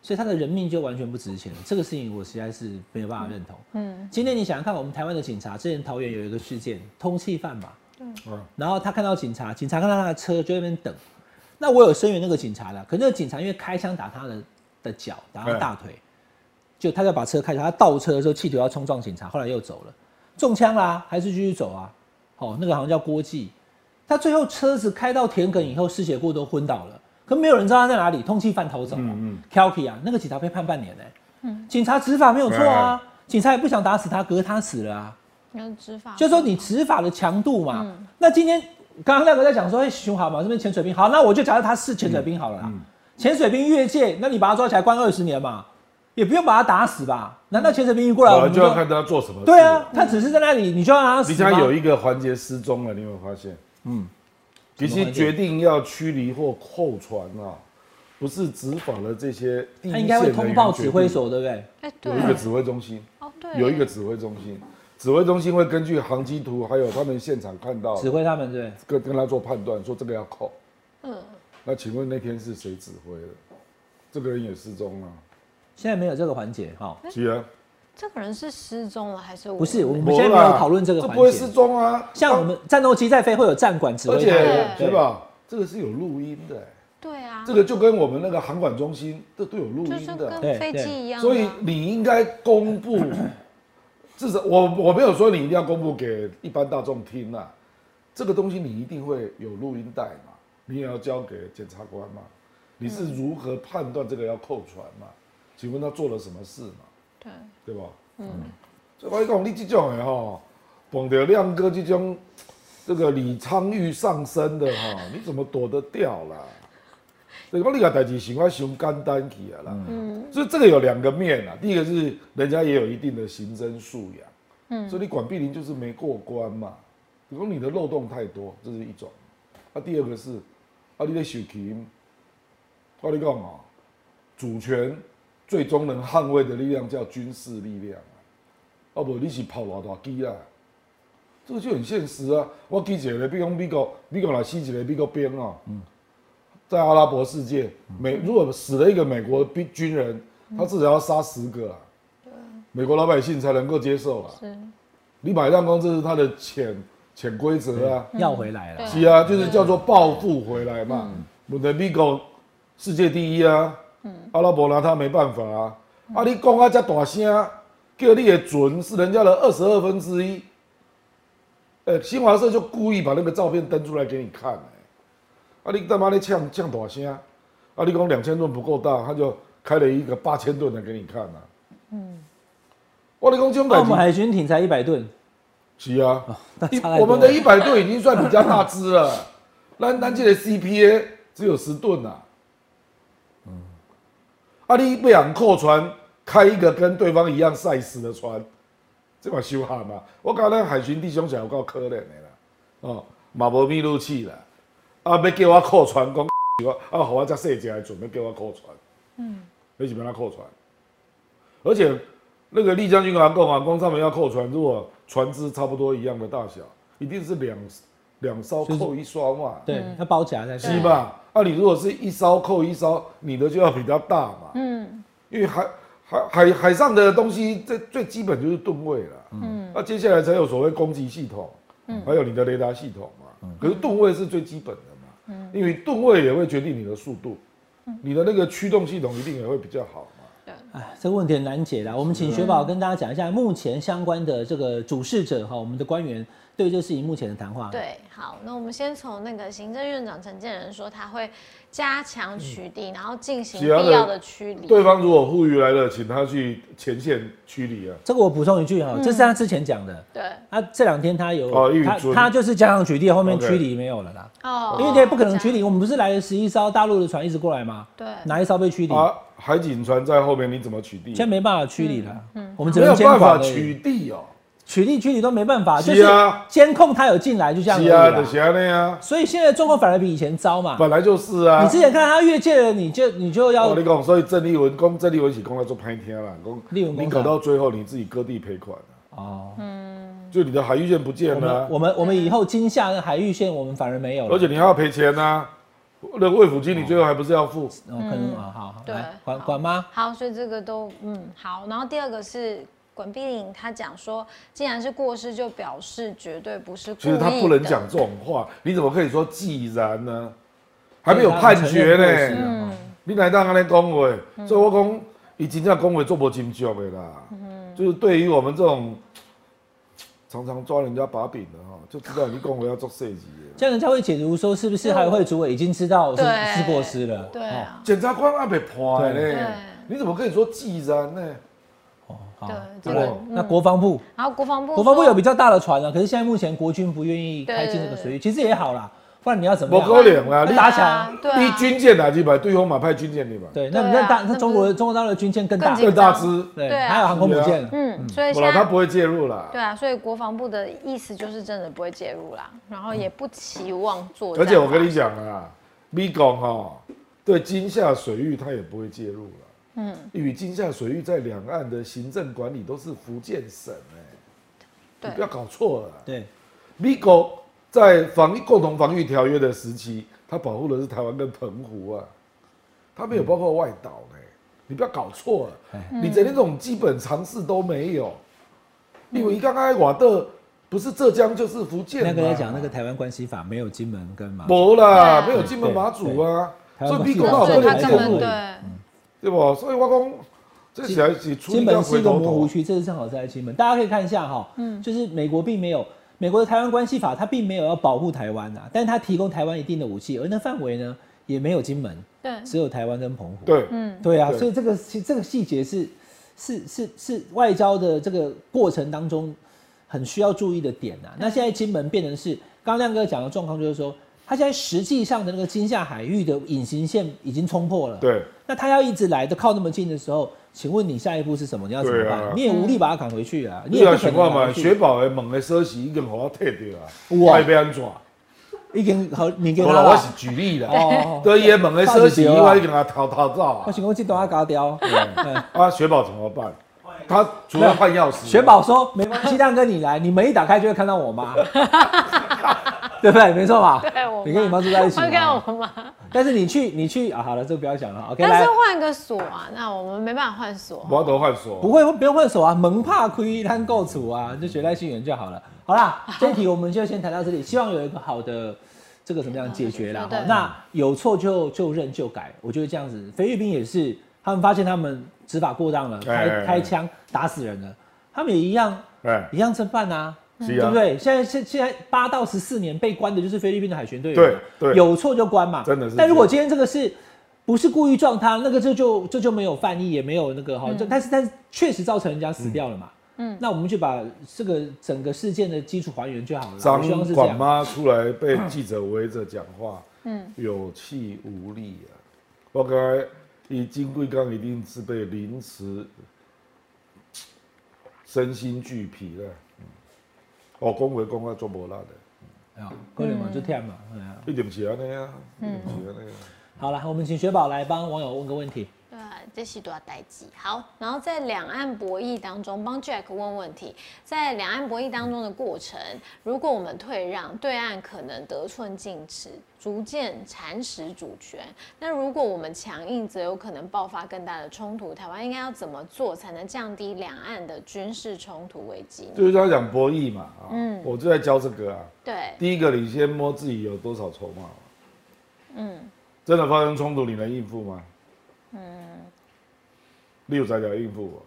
Speaker 2: 所以他的人命就完全不值钱了，这个事情我实在是没有办法认同。嗯，今天你想想看，我们台湾的警察之前桃园有一个事件，通缉犯嘛，
Speaker 4: 啊，
Speaker 2: 然后他看到警察，警察看到他的车就在那边等。那我有声援那个警察的，可是那个警察因为开枪打他的的脚，打他的大腿，就他就把车开走，他倒车的时候企图要冲撞警察，后来又走了，中枪啦，还是继续走啊。哦，那个好像叫郭记，他最后车子开到田埂以后，失血过多昏倒了，可没有人知道他在哪里，通缉犯逃走了。嗯
Speaker 4: 嗯
Speaker 2: k e l k y 啊，那个警察被判半年呢、警察执法没有错啊，警察也不想打死他，可是他死了啊。
Speaker 3: 那执法
Speaker 2: 就是说你执法的强度嘛。那今天刚刚那个在讲说，哎、熊好嘛，这边潜水兵好，那我就假设他是潜水兵好了啦。
Speaker 4: 嗯
Speaker 2: 潜水兵越界，那你把他抓起来关二十年嘛，也不用把他打死吧？难道潜水兵一过来，
Speaker 4: 本
Speaker 2: 我
Speaker 4: 来
Speaker 2: 们
Speaker 4: 嗯就
Speaker 2: 就
Speaker 4: 要看他做什么。
Speaker 2: 对啊，，他只是在那里，你就要让他死
Speaker 4: 你
Speaker 2: 吗？
Speaker 4: 家有一个环节失踪了，你有没有发现？嗯，其
Speaker 2: 什么
Speaker 4: 实
Speaker 2: 环节
Speaker 4: 决定要驱离或扣船啊，不是执法的这些第一
Speaker 2: 他
Speaker 4: 线
Speaker 2: 应该会
Speaker 4: 人员
Speaker 2: 通报
Speaker 4: 决
Speaker 2: 指
Speaker 4: 定
Speaker 2: 挥，所，对不对？
Speaker 3: 哎对
Speaker 4: 有一个指挥中心，
Speaker 3: 哦对
Speaker 4: 有一个指挥中心，指挥中心会根据航机图还有他们现场看到的
Speaker 2: 指挥他们，对不对。
Speaker 4: 跟跟他做判断，说这个要扣。嗯，那请问那天是谁指挥的？这个人也失踪了，啊
Speaker 2: 现在没有这个环节哈，
Speaker 4: 既然
Speaker 3: 这个人是失踪了还是我
Speaker 2: 不是我
Speaker 3: 们
Speaker 2: 们现在没有讨论这个
Speaker 4: 这
Speaker 2: 环
Speaker 4: 不会
Speaker 2: 节
Speaker 4: 失。踪啊。
Speaker 2: 像我们战斗机在飞会有战管指
Speaker 4: 而
Speaker 2: 挥
Speaker 4: 且
Speaker 2: 他们，
Speaker 3: 对
Speaker 4: 对吧？这个是有录音的、
Speaker 3: 对啊，
Speaker 4: 这个就跟我们那个航管中心，这都有录
Speaker 3: 就
Speaker 4: 音
Speaker 3: 是
Speaker 4: 的，
Speaker 2: 对
Speaker 3: 跟飞
Speaker 2: 对
Speaker 3: 机一样啊，
Speaker 4: 所以你应该公 布。至少我我没有说你一定要公布给一般大众听啊，这个东西你一定会有录音带嘛，你也要交给检察官嘛，你是如何判断这个要扣船嘛？请问他做了什么事嘛？
Speaker 3: 对
Speaker 4: 对吧？嗯，所以我讲你这种的吼，碰到亮哥这种这个李昌钰上身的 哈，你怎么躲得掉啦？所以讲你个代志想法想简单起来啦。嗯，所以这个有两个面啊，第一个是人家也有一定的刑侦素养，嗯，所以你管碧玲就是没过关嘛，比如说你的漏洞太多，这是一种。啊，第二个是啊，你在受气，我跟你讲哦，主权最终能捍卫的力量叫军事力量啊，啊不，你是跑偌大机啊，这个就很现实啊。我记一个，比如讲美国，美国来死一个美国兵哦，在阿拉伯世界，美如果死了一个美国兵军人，他至少要杀十个啊，美国老百姓才能够接受啊。
Speaker 3: 是
Speaker 4: 你买弹弓，这是他的潜潜规则啊。
Speaker 2: 要回来了。
Speaker 4: 是啊，就是叫做报复回来嘛。我的 Vigo 世界第一啊，阿拉伯拿他没办法啊。啊，你讲啊，这大声，叫你的准是人家的二十二分之一。呃，新华社就故意把那个照片登出来给你看、欸，啊，你干嘛你呛呛大声？啊，你讲两千吨不够大，他就开了一个八千吨的给你看啊。嗯，我跟你讲这种
Speaker 2: 澳
Speaker 4: 感
Speaker 2: 门
Speaker 4: 情
Speaker 2: 海巡艇才一百吨，
Speaker 4: 是啊，
Speaker 2: 那
Speaker 4: 一
Speaker 2: 差太多
Speaker 4: 我们的一百吨已经算比较大只了，咱咱这个 CPA 只有十吨啊。嗯，啊，你不想扣船，开一个跟对方一样 size 的船，这嘛羞喊嘛！我讲咱海巡弟兄小有够可怜的啦，哦，嘛无密录器啦，啊，要叫我扣船，讲我啊，互我遮细只的船，要叫我扣船，嗯，你是要哪扣船？而且那个丽江军航空航空他们要扣船，如果船只差不多一样的大小，一定是两两艘扣一艘嘛，
Speaker 2: 对，
Speaker 3: 嗯
Speaker 2: 要包夹才
Speaker 4: 是
Speaker 2: 行。
Speaker 4: 吧？啊，你如果是一艘扣一艘，你的就要比较大嘛，嗯，因为海海海海上的东西最最基本就是吨位了，嗯，那、接下来才有所谓攻击系统，嗯，还有你的雷达系统嘛，
Speaker 2: 嗯
Speaker 4: 可是吨位是最基本的嘛，嗯，因为吨位也会决定你的速度，
Speaker 2: 嗯
Speaker 4: 你的那个驱动系统一定也会比较好嘛，
Speaker 2: 哎，这个问题很难解啦。我们请雪
Speaker 4: 嗯
Speaker 2: 宝跟大家讲一下目前相关的这个主事者哈，我们的官员对这个事情目前的谈话。，
Speaker 3: 对，好，那我们先从那个行政院长陈建仁说，他会加强取缔，然后进行
Speaker 4: 其他的
Speaker 3: 必要的驱离。
Speaker 4: 对方如果呼吁来了，请他去前线驱离啊。
Speaker 2: 这个我补充一句哈，这是
Speaker 3: 嗯
Speaker 2: 他之前讲的。
Speaker 3: 对
Speaker 2: 他这两天他有
Speaker 4: 哦一语
Speaker 2: 他
Speaker 4: 尊
Speaker 2: 他就是加上取缔，后面
Speaker 4: OK
Speaker 2: 驱离没有了啦，
Speaker 3: 哦
Speaker 2: 因为这不可能驱
Speaker 3: 这
Speaker 2: 离。
Speaker 3: 样
Speaker 2: 我们不是来了十一艘大陆的船一直过来吗？
Speaker 3: 对
Speaker 2: 哪一艘被驱离？
Speaker 4: 啊，海警船在后面，你怎么取
Speaker 2: 现在
Speaker 4: 缔？
Speaker 2: 没办法驱离了，
Speaker 3: 嗯
Speaker 2: 我们只
Speaker 4: 没
Speaker 2: 能
Speaker 4: 有
Speaker 2: 监
Speaker 4: 办
Speaker 2: 管
Speaker 4: 法
Speaker 2: 而已
Speaker 4: 取缔哦，
Speaker 2: 取缔驱离都没办法，就是是
Speaker 4: 啊
Speaker 2: 监控他有进来就这样而已
Speaker 4: 是啊，
Speaker 2: 啦
Speaker 4: 就是那样啊，
Speaker 2: 所以现在状况反而比以前糟嘛。
Speaker 4: 本来就是啊。
Speaker 2: 你之前看他越界了，你就你就
Speaker 4: 我
Speaker 2: 要
Speaker 4: 跟你讲，所以郑丽文公郑丽文起公来做拍天啦，公
Speaker 2: 丽文公
Speaker 4: 你搞到最后你自己割地赔款啊
Speaker 2: 哦，
Speaker 4: 就你的海域线不见
Speaker 2: 我
Speaker 4: 了
Speaker 2: 们
Speaker 4: 啊，
Speaker 2: 我们我们以后金夏的海域线我们反而没有了，
Speaker 4: 而且你还要赔钱啊。那卫福经理最后还不是要付？
Speaker 2: 哦可能啊好，好
Speaker 3: 嗯对
Speaker 2: 来管
Speaker 3: 好
Speaker 2: 管吗？
Speaker 3: 好，所以这个都嗯好。然后第二个是管碧玲，她讲说，既然是过失，就表示绝对不是故意
Speaker 4: 其实他不能
Speaker 3: 的
Speaker 4: 讲这种话，你怎么可以说既然呢？还没有判决
Speaker 2: 所以他承认过失
Speaker 4: 呢。
Speaker 2: 了嘛
Speaker 4: 你来当安尼讲话，所以我讲，伊真正讲话做无斟酌的啦。就是对于我们这种常常抓人家把柄的哈，就知道你讲话要做设计的。
Speaker 2: 这样人家会解读说是不是海会主委已经知道是
Speaker 3: 对
Speaker 2: 是过失了？
Speaker 3: 对
Speaker 2: 哦
Speaker 3: 啊，
Speaker 4: 检察官还被判
Speaker 2: 对
Speaker 4: 呢
Speaker 3: 对，
Speaker 4: 你怎么可以说既然呢？
Speaker 2: 好
Speaker 3: 对
Speaker 2: 那
Speaker 3: 这
Speaker 4: 个
Speaker 2: 那国防部，
Speaker 3: 然后国防部
Speaker 2: 国防部有
Speaker 3: 说
Speaker 2: 比较大的船啊，可是现在目前国军不愿意开进这个水域，其实也好啦，不然你要怎么
Speaker 4: 不可
Speaker 2: 样？
Speaker 4: 能啦，
Speaker 2: 那
Speaker 4: 你
Speaker 2: 打起
Speaker 3: 啊对啊
Speaker 2: 来
Speaker 3: 对
Speaker 4: 你
Speaker 3: 啊，
Speaker 4: 军舰打进来，对方嘛派军舰进来，
Speaker 2: 对，那你
Speaker 3: 对啊
Speaker 2: 看大，
Speaker 3: 那
Speaker 2: 那
Speaker 3: 不
Speaker 2: 中国中国大陆的军舰更大
Speaker 3: 更，紧
Speaker 4: 更大只，
Speaker 2: 对，
Speaker 3: 对啊
Speaker 2: 还有航空母舰，
Speaker 3: 嗯，所以
Speaker 4: 不
Speaker 3: 现
Speaker 4: 啦，他
Speaker 3: 在
Speaker 4: 不会介入啦。
Speaker 3: 对啊，所以国防部的意思就是真的不会介入啦，然后也不期望做战
Speaker 4: 而
Speaker 3: 吧。
Speaker 4: 且我跟你讲啊，米港哈对金夏水域他也不会介入了。嗯，因为金夏水域在两岸的行政管理都是福建省哎、
Speaker 3: 对
Speaker 4: 你不要搞错了。
Speaker 2: 对，
Speaker 4: 米港在防疫共同防御条约的时期，它保护的是台湾跟澎湖啊，它没有包括外岛呢、你不要搞错了，你连这种基本常识都没有。因为刚刚瓦的不是浙江就是福建嘛，
Speaker 2: 那个在讲那个台湾关系法没有金门跟马祖，
Speaker 4: 没啦，
Speaker 3: 对啊
Speaker 4: 没有金门马祖啊，
Speaker 2: 对对台湾
Speaker 4: 所以美
Speaker 2: 不
Speaker 4: 国
Speaker 2: 是有
Speaker 4: 佬不
Speaker 3: 所以
Speaker 2: 这
Speaker 3: 他
Speaker 2: 个政府
Speaker 4: 能介
Speaker 3: 根本
Speaker 4: 入
Speaker 3: 对，
Speaker 4: 对不？所以我讲这起来是处
Speaker 2: 金
Speaker 4: 理到
Speaker 2: 门是
Speaker 4: 回
Speaker 2: 一个
Speaker 4: 头啊
Speaker 2: 模糊
Speaker 4: 头。
Speaker 2: 区，这是正好是在金门，大家可以看一下哈，嗯，就是美国并没有。美国的台湾关系法，它并没有要保护台湾啊，但是它提供台湾一定的武器，而那范围呢也没有金门，
Speaker 3: 对
Speaker 2: 只有台湾跟澎湖。
Speaker 4: 对，
Speaker 3: 嗯
Speaker 2: 对啊，
Speaker 4: 对
Speaker 2: 所以这个其这个细节是是是是外交的这个过程当中很需要注意的点啊。那现在金门变成是刚刚亮哥讲的状况，就是说他现在实际上的那个金夏海域的隐形线已经冲破了。
Speaker 4: 对，
Speaker 2: 那他要一直来的靠那么近的时候，请问你下一步是什么？你要怎么
Speaker 4: 对
Speaker 2: 办？
Speaker 4: 啊嗯
Speaker 2: 你也无力把它赶回去啊，你
Speaker 4: 你
Speaker 2: 也
Speaker 4: 来
Speaker 2: 不可
Speaker 4: 想
Speaker 2: 能
Speaker 4: 看
Speaker 2: 赶
Speaker 4: 嘛，
Speaker 2: 回
Speaker 4: 雪
Speaker 2: 去。
Speaker 4: 宝的猛的消息已经给我退掉啊，
Speaker 2: 哇
Speaker 4: 我要安怎？
Speaker 2: 已经好，你给
Speaker 4: 我
Speaker 2: 他
Speaker 4: 啦，我
Speaker 2: 了
Speaker 4: 是。举例啦。
Speaker 2: 哦，
Speaker 4: 对，伊猛的消息，
Speaker 2: 放一条啊
Speaker 4: 我已经给他逃逃走
Speaker 2: 我
Speaker 4: 啊。
Speaker 2: 请问这段要搞掉。嗯
Speaker 4: 啊，雪宝怎么办？他除了换钥匙，
Speaker 2: 雪宝说：“没关系，亮哥你来，你门一打开就会看到我妈， 对不对？没错吧？
Speaker 3: 对我
Speaker 2: 你跟你妈住在一起
Speaker 3: 会看
Speaker 2: 嘛。
Speaker 3: 我妈，
Speaker 2: 但是你去，你去啊，好了，这个不要讲了。OK，
Speaker 3: 但
Speaker 2: 来
Speaker 3: 是，换个锁啊，那我们没办法换锁。啊
Speaker 4: 我都换锁。
Speaker 2: 不，会，不用换手啊，门怕亏，摊够处啊，就绝代信源就好了。好啦，这一题我们就先谈到这里，希望有一个好的这个怎么样解决啦。
Speaker 3: 对
Speaker 2: 哈那有错就就认就改，我觉得这样子。菲律宾也是，他们发现他们执法过当了，
Speaker 4: 哎哎
Speaker 2: 开
Speaker 4: 哎
Speaker 2: 开枪打死人了，他们也一样
Speaker 4: 哎，
Speaker 2: 一样侦办啊。”
Speaker 4: 是
Speaker 2: 对
Speaker 4: 啊
Speaker 2: 不，对？现在现现在八到十四年被关的就是菲律宾的海巡队员
Speaker 4: 对
Speaker 2: 嘛，
Speaker 4: 对
Speaker 2: 有错就关嘛，
Speaker 4: 真的是
Speaker 2: 但如果
Speaker 4: 这
Speaker 2: 今天这个是不是故意撞他，那个这就这就没有犯意，也没有那个哈，这但是但是确实造成人家死掉了嘛。嗯，那我们就把这个整个事件的基础还原就好了。我希望
Speaker 4: 张
Speaker 2: 是这
Speaker 4: 管
Speaker 2: 样。
Speaker 4: 妈出来被记者围着讲话，嗯，有气无力啊。我刚才以金贵刚一定是被凌迟，身心俱疲了。嗯哦，恭维讲啊，做无力的，
Speaker 2: 哎呀，各位嘛就跳嘛。哎呀
Speaker 4: 一定是安尼啊，嗯，是安尼啊。
Speaker 2: 好了，我们请雪宝来帮网友问个问题。
Speaker 3: 对啊，这是多少代际？好，然后在两岸博弈当中，帮 Jack 问问题，在两岸博弈当中的过程，如果我们退让，对岸可能得寸进尺，逐渐蚕食主权；那如果我们强硬，则有可能爆发更大的冲突。台湾应该要怎么做才能降低两岸的军事冲突危机呢？
Speaker 4: 就是他讲博弈嘛，啊，我就在教这个啊。
Speaker 3: 对，
Speaker 4: 第一个，你先摸自己有多少筹码。嗯，真的发生冲突，你能应付吗？嗯，嗯你有才了应付我，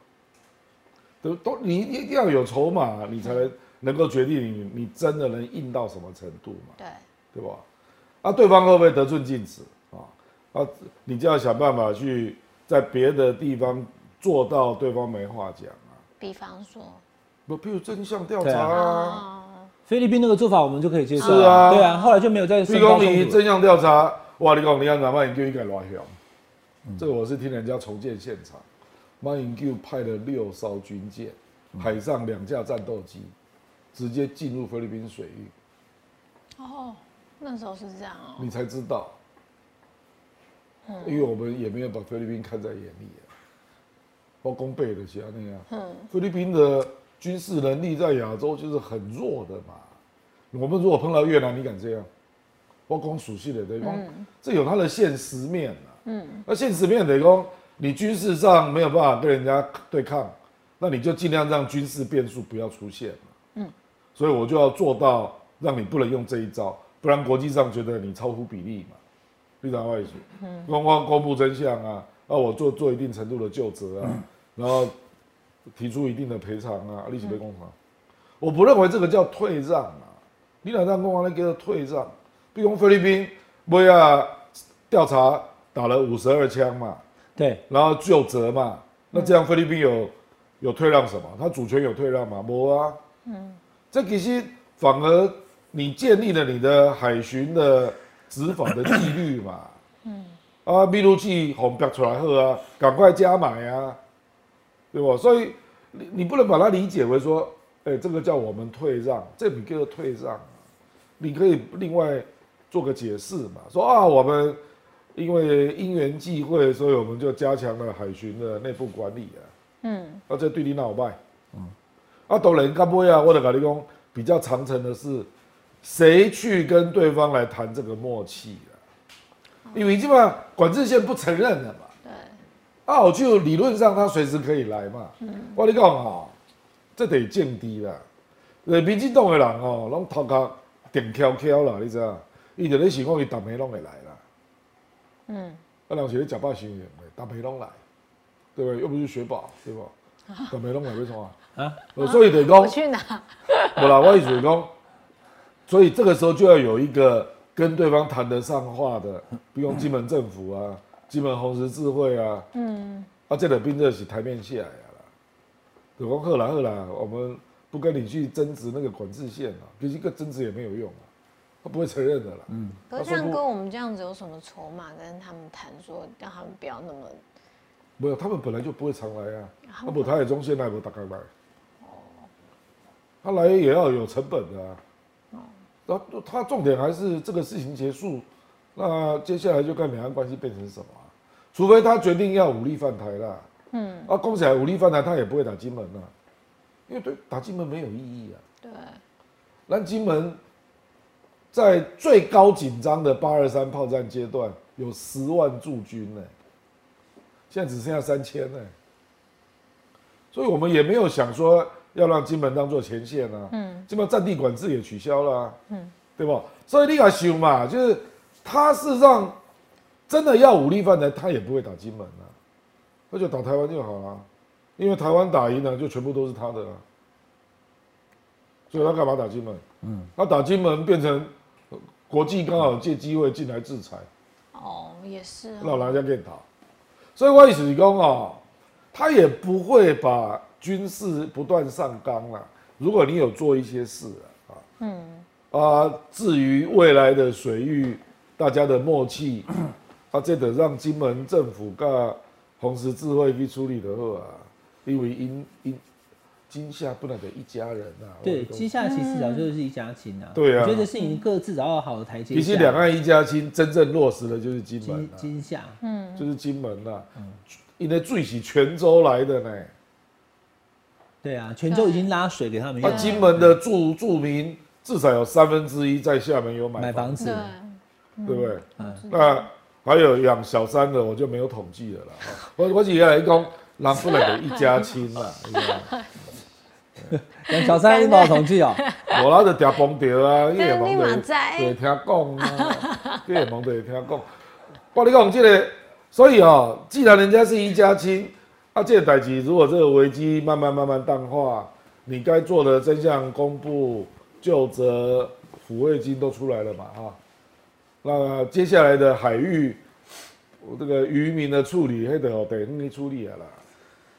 Speaker 4: 都都你一定要有筹码，你才能能够决定你你真的能硬到什么程度嘛，
Speaker 3: 对，
Speaker 4: 对吧？啊，对方会不会得寸进尺啊？啊，你就要想办法去在别的地方做到对方没话讲啊，
Speaker 3: 比方说，哦
Speaker 4: 不，譬如真相调
Speaker 2: 对
Speaker 4: 查
Speaker 2: 啊
Speaker 4: 啊。
Speaker 2: 菲律宾那个做法我们就可以接受
Speaker 4: 是啊
Speaker 2: 对啊，后来就没有再
Speaker 4: 所以
Speaker 2: 升高
Speaker 4: 讲
Speaker 2: 冲
Speaker 4: 你
Speaker 2: 突了。
Speaker 4: 真相调查，哇，你讲你要哪马英九应该乱想，这个我是听人家重建现场，马英九派了六艘军舰，海上两架战斗机，直接进入菲律宾水域，
Speaker 3: 哦，那时候是这样哦。
Speaker 4: 你才知道，因为我们也没有把菲律宾看在眼里啊，包公背的是那样，菲律宾的军事能力在亚洲就是很弱的嘛，我们如果碰到越南，你敢这样？包公属性的等于讲，这有它的现实面啊，嗯，那现实面等于讲，你军事上没有办法跟人家对抗，那你就尽量让军事变数不要出现嘛，嗯，所以我就要做到让你不能用这一招，不然国际上觉得你超乎比例嘛，立场外语，嗯，公光公布真相啊，啊，我做做一定程度的救责啊，然后提出一定的赔偿啊，利息被工厂，我不认为这个叫退让啊，你哪让公安给他退让？比如说菲律宾，不要调查打了五十二枪嘛，
Speaker 2: 对
Speaker 4: 嗯然后就责嘛，那这样菲律宾有有退让什么？他主权有退让吗？没啊。嗯，这其实反而你建立了你的海巡的执法的纪律嘛。嗯。啊，秘鲁器红标出来后啊，赶快加买啊，对不？所以你你不能把它理解为说，哎、这个叫我们退让，这不叫做退让啊。你可以另外做个解释嘛，说啊，我们因为因缘际会，所以我们就加强了海巡的内部管理啊。啊，这对你哪有歹？嗯，啊，当然干尾啊，我就跟你讲，比较长程的是，谁去跟对方来谈这个默契啊？因为基本上管制线不承认了嘛。
Speaker 3: 对，
Speaker 4: 啊，我就理论上他随时可以来嘛。我跟你讲哦，这得降低啦。呃，民进党的人哦，拢头壳定翘翘啦，你知道？伊就咧想讲，伊逐暝拢会来啦。嗯，啊，人是咧食饱想的，逐暝拢来，对不对？又不是雪宝，对 不？逐暝拢来为什么？
Speaker 2: 啊
Speaker 4: 啊，所以得讲
Speaker 3: 我，去哪？
Speaker 4: 我啦，我意思是讲，所以这个时候就要有一个跟对方谈得上话的，比如讲金门政府啊、金门红十字会啊，嗯，啊，这个兵这是台面下呀啦，就讲好啦好啦，我们不跟你去争执那个管制线啊，毕竟跟争执也没有用啊，他不会承认的啦，嗯，
Speaker 3: 可是这样跟我们这样子有什么筹码跟他们谈说，让他们不要那么
Speaker 4: 没有，他们本来就不会常来啊，那不台海中线来不大概来，他来也要有成本的啊。然后他重点还是这个事情结束，那接下来就看两岸关系变成什么啊、除非他决定要武力犯台啦。嗯，啊，恭喜武力犯台，他也不会打金门啊，因为对打金门没有意义啊。
Speaker 3: 对
Speaker 4: 南金门在最高紧张的八二三炮战阶段，有十万驻军呢、现在只剩下三千呢、所以我们也没有想说要让金门当做前线啊，嗯，金门战地管制也取消了、嗯，对吧？所以你敢想嘛，就是他事实上真的要武力犯台，他也不会打金门啊，那就打台湾就好了、啊因为台湾打赢了，就全部都是他的、啊。所以他干嘛打金门？嗯，他打金门变成呃国际刚好借机会进来制裁，
Speaker 3: 哦，也是哦
Speaker 4: 让人家给打。所以我意思是讲哦，他也不会把军事不断上纲了。如果你有做一些事啊，嗯，啊，至于未来的水域，大家的默契，啊，这得让金门政府跟红十字会去处理的好啊，因为因因今夏本来的一家人啊，
Speaker 2: 对，
Speaker 4: 我
Speaker 2: 接下来其实早就是一家亲啊。
Speaker 4: 对啊
Speaker 2: 我觉得事情各自找到好的台阶
Speaker 4: 其
Speaker 2: 下。
Speaker 4: 实两岸一家亲真正落实的就是金门、
Speaker 2: 金嗯
Speaker 4: 啊，
Speaker 2: 金夏，
Speaker 4: 就是金门啦、因为最起泉州来的呢，
Speaker 2: 对啊，泉州已经拉水给他们
Speaker 4: 啊
Speaker 2: 用，，
Speaker 4: 金门的住住民至少有三分之一在厦门有买
Speaker 2: 买
Speaker 4: 房
Speaker 2: 房嗯
Speaker 4: 子，
Speaker 2: 子，
Speaker 4: 对不对？那还有养小三的，我就没有统计 了啦。啊我我只来讲，南部来的一家亲 啦，你知道吗
Speaker 2: 两小三你帮我统计哦，
Speaker 4: 我拉着嗲崩掉啊，你也
Speaker 3: 你
Speaker 4: 忙
Speaker 3: 嘛
Speaker 4: 得
Speaker 3: 知
Speaker 4: 会听讲啊， 你也忙得会听讲。我跟你讲这个，所以哦，既然人家是一家亲，啊，这个代志如果这个危机慢慢慢慢淡化，你该做的真相公布、就责、抚慰金都出来了嘛，哈、那接下来的海域，这个渔民的处理，还得哦得你处理了啦。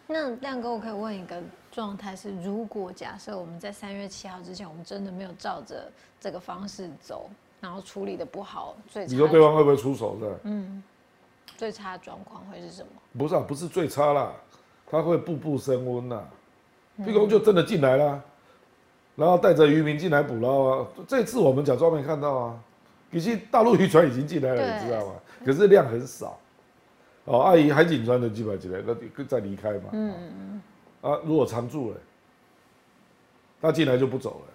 Speaker 3: 那亮哥，我可以问一个状态是：如果假设我们在三月七号之前，我们真的没有照着这个方式走，然后处理的不好，最
Speaker 4: 你
Speaker 3: 差
Speaker 4: 说对方会不会出手的？
Speaker 3: 最差的状况会是什么？
Speaker 4: 不是啊，不是最差啦，它会步步升温呐、毕恭就真的进来啦，然后带着渔民进来捕捞啊。这次我们假装没看到啊，其实大陆渔船已经进来了，
Speaker 3: 对
Speaker 4: 你知道吗？可是量很少。哦，阿姨，海警船的基本进来，那再离开嘛。嗯啊，如果常住了，他进来就不走了。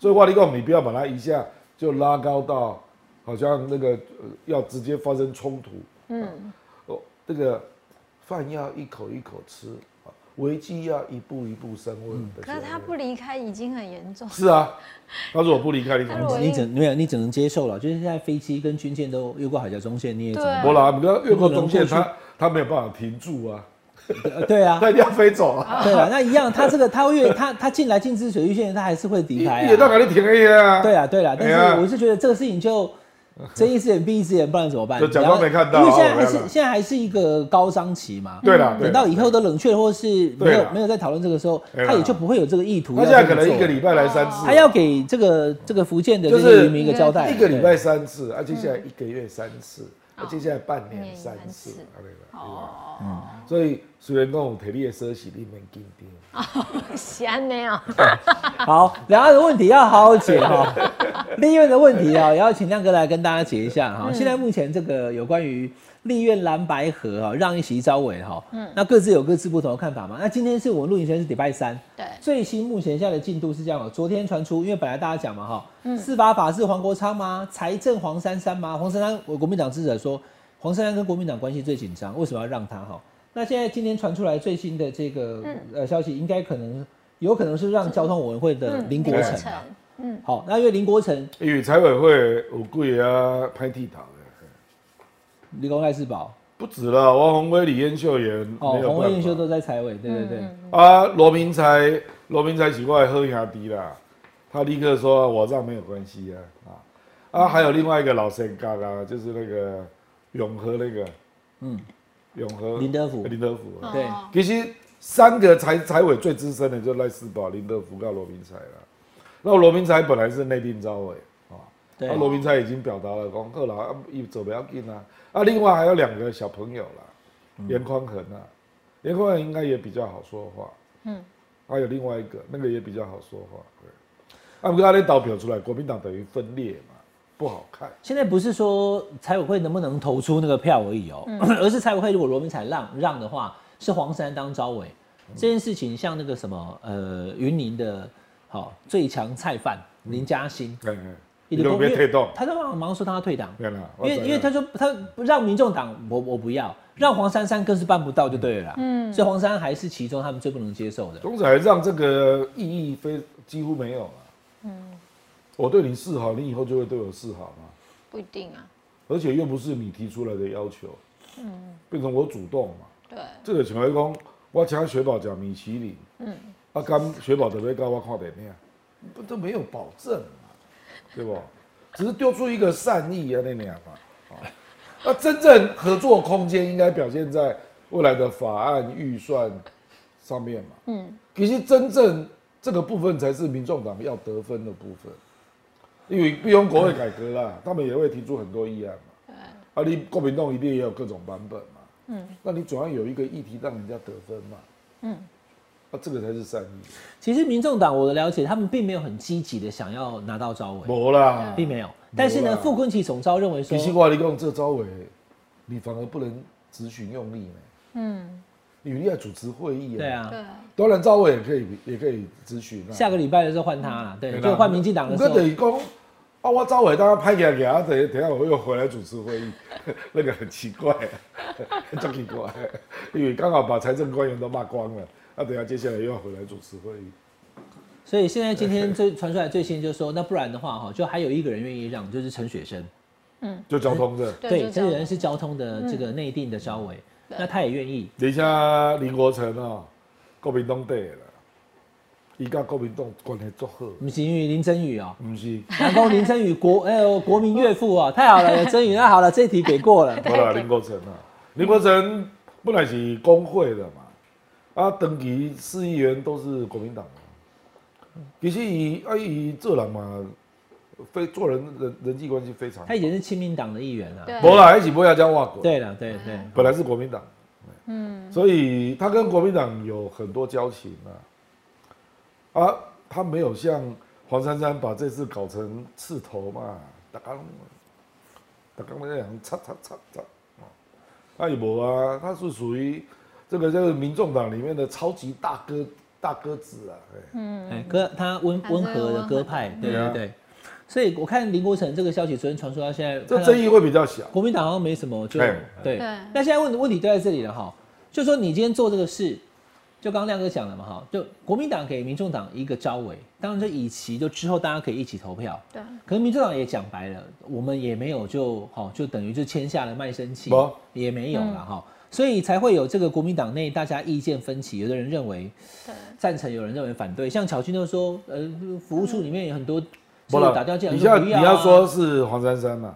Speaker 4: 所以话你讲，你不要把它一下就拉高到好像那个、呃要直接发生冲突。
Speaker 3: 嗯
Speaker 4: 哦，这个饭要一口一口吃，啊危机要一步一步升温的时
Speaker 3: 可
Speaker 4: 候。
Speaker 3: 是他不离开已经很严 重，
Speaker 4: 是啊，他如果不离开，你怎
Speaker 3: 他如
Speaker 4: 么
Speaker 3: 果
Speaker 4: 办？
Speaker 2: 你只没有，你只能接受了，就是现在飞机跟军舰都越过海峡中线，你也只能
Speaker 4: 我啦，你要越过中线，
Speaker 2: 不能
Speaker 4: 他他没有办法停住啊，
Speaker 2: 呃对啊，
Speaker 4: 他一定要飞走啊。
Speaker 2: 对啊，那一样，他这个他会越他他进来禁止水域线，他还是会离开
Speaker 4: 也到
Speaker 2: 啊。
Speaker 4: 哪里停 A 啊？
Speaker 2: 对啊，对啊，但
Speaker 4: 哎呀
Speaker 2: 是我是觉得这个事情就睁一只眼闭一只眼，不然怎么办？
Speaker 4: 就假装没看到
Speaker 2: 因为现在
Speaker 4: 哦
Speaker 2: 还是
Speaker 4: 我看到
Speaker 2: 现在还是一个高涨期嘛。
Speaker 4: 对啦，对
Speaker 2: 等
Speaker 4: 啦
Speaker 2: 到以后都冷却或是没
Speaker 4: 对
Speaker 2: 有
Speaker 4: 啦
Speaker 2: 没有在讨论这个时候，
Speaker 4: 对啦
Speaker 2: 他也就不会有这个意图要
Speaker 4: 他
Speaker 2: 这
Speaker 4: 现
Speaker 2: 么做。
Speaker 4: 在可能一个礼拜来三次，
Speaker 2: 他要给这个这个福建的这
Speaker 4: 就
Speaker 2: 些
Speaker 4: 是
Speaker 2: 渔民一个交代。
Speaker 4: 一个礼
Speaker 2: 对
Speaker 4: 拜三次，啊，接下来一个月三次，啊，接下来半年三次
Speaker 3: 一年，
Speaker 4: 啊，对吧？
Speaker 3: 嗯哦，
Speaker 4: 所以虽然讲有体力的奢侈，你免紧张。
Speaker 3: 喜安那样，
Speaker 2: 好，两岸的问题要好好解哈、立院的问题啊、也要请亮哥来跟大家解一下哈、现在目前这个有关于立院蓝白河哈、让一席招委哈、那各自有各自不同的看法嘛。那今天是我们录影时间是礼拜三，
Speaker 3: 对
Speaker 2: 最新目前现在的进度是这样哦。昨天传出，因为本来大家讲嘛哈、
Speaker 3: 嗯
Speaker 2: 司法法是黄国昌吗？财政黄珊珊吗？黄珊珊，我国民党支持者说，黄珊珊跟国民党关系最紧张，为什么要让他哈、那现在今天传出来最新的这个、
Speaker 3: 嗯
Speaker 2: 呃消息，应该可能有可能是让交通委员会的林国成、啊
Speaker 3: 嗯
Speaker 2: 好，那因为林国成、
Speaker 4: 因为财委会有贵啊，拍剃头的，
Speaker 2: 李公赖世宝、
Speaker 4: 不止了，王宏威、李彦秀也
Speaker 2: 哦
Speaker 4: 没，有
Speaker 2: 洪
Speaker 4: 办
Speaker 2: 威彦修
Speaker 4: 法。
Speaker 2: 都在财委，对对
Speaker 3: 嗯
Speaker 2: 对，
Speaker 4: 啊，罗明才，罗明才奇怪喝兄弟啦，他立刻说啊我让没有关系啊啊啊！还有另外一个老生嘎嘎，就是那个永和那个，
Speaker 2: 嗯
Speaker 4: 嗯，永和
Speaker 2: 林德福
Speaker 4: 林德福啊，
Speaker 2: 对
Speaker 3: 哦
Speaker 4: 其实三个财财委最资深的就是赖世宝、林德福跟罗明才了。那罗明才本来是内定招委啊，
Speaker 2: 对
Speaker 4: 那罗明才已经表达了功课了，一啊走不要紧啊。啊，另外还有两个小朋友啦，严匡衡啊，严匡衡应该也比较好说话。嗯，还有另外一个，那个也比较好说话。对，啊，不过他那倒表出来，国民党等于分裂嘛，不好看。
Speaker 2: 现在不是说财委会能不能投出那个票而已哦， 而是财委会如果罗明才让让的话，是黄珊当招委、这件事情，像那个什么呃云林的好、最强菜贩林嘉欣，
Speaker 4: 哎哎，你都别
Speaker 2: 因为
Speaker 4: 推动，
Speaker 2: 他在忙忙说他要退党，
Speaker 4: 对啦，
Speaker 2: 因为因为他说他不让民众党我我不要，让黄珊珊更是办不到就对了啦。嗯，所以黄珊珊还是其中他们最不能接受的。
Speaker 4: 总彩让这个意义非几乎没有了。我对你示好，你以后就会对我示好吗？
Speaker 3: 不一定啊，
Speaker 4: 而且又不是你提出来的要求，变成我主动嘛。
Speaker 3: 对，
Speaker 4: 这个像来讲，我请雪宝讲米其林，嗯，啊，刚雪宝准备告我看电影，不都没有保证嘛，对不？只是丢出一个善意啊，那俩嘛，啊，那真正合作空间应该表现在未来的法案预算上面嘛，嗯，其实真正这个部分才是民众党要得分的部分，因为不用国会改革啦，他们也会提出很多议案嘛，啊，你国民党一定也有各种版本嘛。那你总要有一个议题让人家得分嘛。嗯嗯，啊，这个才是善意。
Speaker 2: 其实民众党我的了解，他们并没有很积极的想要拿到招委，
Speaker 4: 没啊啦，
Speaker 2: 并没有。但是呢，
Speaker 4: 啦
Speaker 2: 傅昆奇总招认为说
Speaker 4: 啊比，起挂你用这招委，你反而不能执行用力呢。嗯，你要主持会议
Speaker 2: 对，啊，
Speaker 3: 对，
Speaker 4: 当然招委也可以，也可以咨询啊。
Speaker 2: 下个礼拜的时候换他啦，对，
Speaker 4: 对啦
Speaker 2: 就换民进党的
Speaker 4: 我
Speaker 2: 时
Speaker 4: 跟
Speaker 2: 候，
Speaker 4: 等于讲，啊，我招委当然拍给他给啊他，等一等一下我又回来主持会 议，那个很奇怪，啊 很奇怪，因为刚好把财政官员都骂光了，那、等一下接下来又要回来主持会议。
Speaker 2: 所以现在今天最传出来最新就是说，那不然的话哈，就还有一个人愿意让，就是陈雪生。
Speaker 4: 就交通的。
Speaker 3: 对
Speaker 2: 对，这
Speaker 3: 就
Speaker 2: 嗯
Speaker 3: 这
Speaker 2: 个
Speaker 3: 样
Speaker 2: 人是交通的这个内定的招委，那他也愿意。
Speaker 4: 而且林国成哦，国民党底的啦，伊甲国民党关系足好，
Speaker 2: 不是因为林真宇哦、
Speaker 4: 毋是？
Speaker 2: 南宫林真宇国 哎呦国民岳父啊，太好了，有真宇那好了，这一题给过 了。
Speaker 4: 无啦，林国成啊，林国成本来是工会的嘛，啊，长期市议员都是国民党的其实伊啊伊做人嘛，非做人人人际关系非常好
Speaker 2: 他。以前是亲民党的议员啊。
Speaker 3: 对
Speaker 4: 无啦，一起不要叫外国。
Speaker 2: 对了，对对，
Speaker 4: 本来是国民党，嗯，所以他跟国民党有很多交情啊，啊，他没有像黄珊珊把这次搞成刺头嘛，打刚，打刚那样擦擦擦擦，哦他也无啊，他是属于这个就是民众党里面的超级大哥大哥子啊，哎
Speaker 2: 哎歌他温
Speaker 3: 还是
Speaker 2: 温和的歌派，对
Speaker 4: 对
Speaker 2: 对
Speaker 4: 啊
Speaker 2: 对。所以我看林国成这个消息昨天传出到现在，
Speaker 4: 这
Speaker 2: 看到
Speaker 4: 争议会比较小，
Speaker 2: 国民党好像没什么，就
Speaker 4: 哎
Speaker 2: 对
Speaker 3: 对。
Speaker 2: 那现在问问题就在这里了哈，就说你今天做这个事，就刚刚亮哥讲了嘛哈，就国民党给民众党一个招委，当然就以期就之后大家可以一起投票。
Speaker 3: 对，
Speaker 2: 可是民进党也讲白了，我们也没有就好、就等于就签下了卖身契
Speaker 4: 不，
Speaker 2: 也没有了哈、所以才会有这个国民党内大家意见分歧，有的人认为
Speaker 3: 对
Speaker 2: 赞成，有人认为反对。像乔军就说，呃，服务处里面有很多
Speaker 4: 嗯不
Speaker 2: 就打掉进来
Speaker 4: 你
Speaker 2: 说
Speaker 4: 要
Speaker 2: 不
Speaker 4: 你
Speaker 2: 要啊
Speaker 4: 要说是黄珊珊嘛，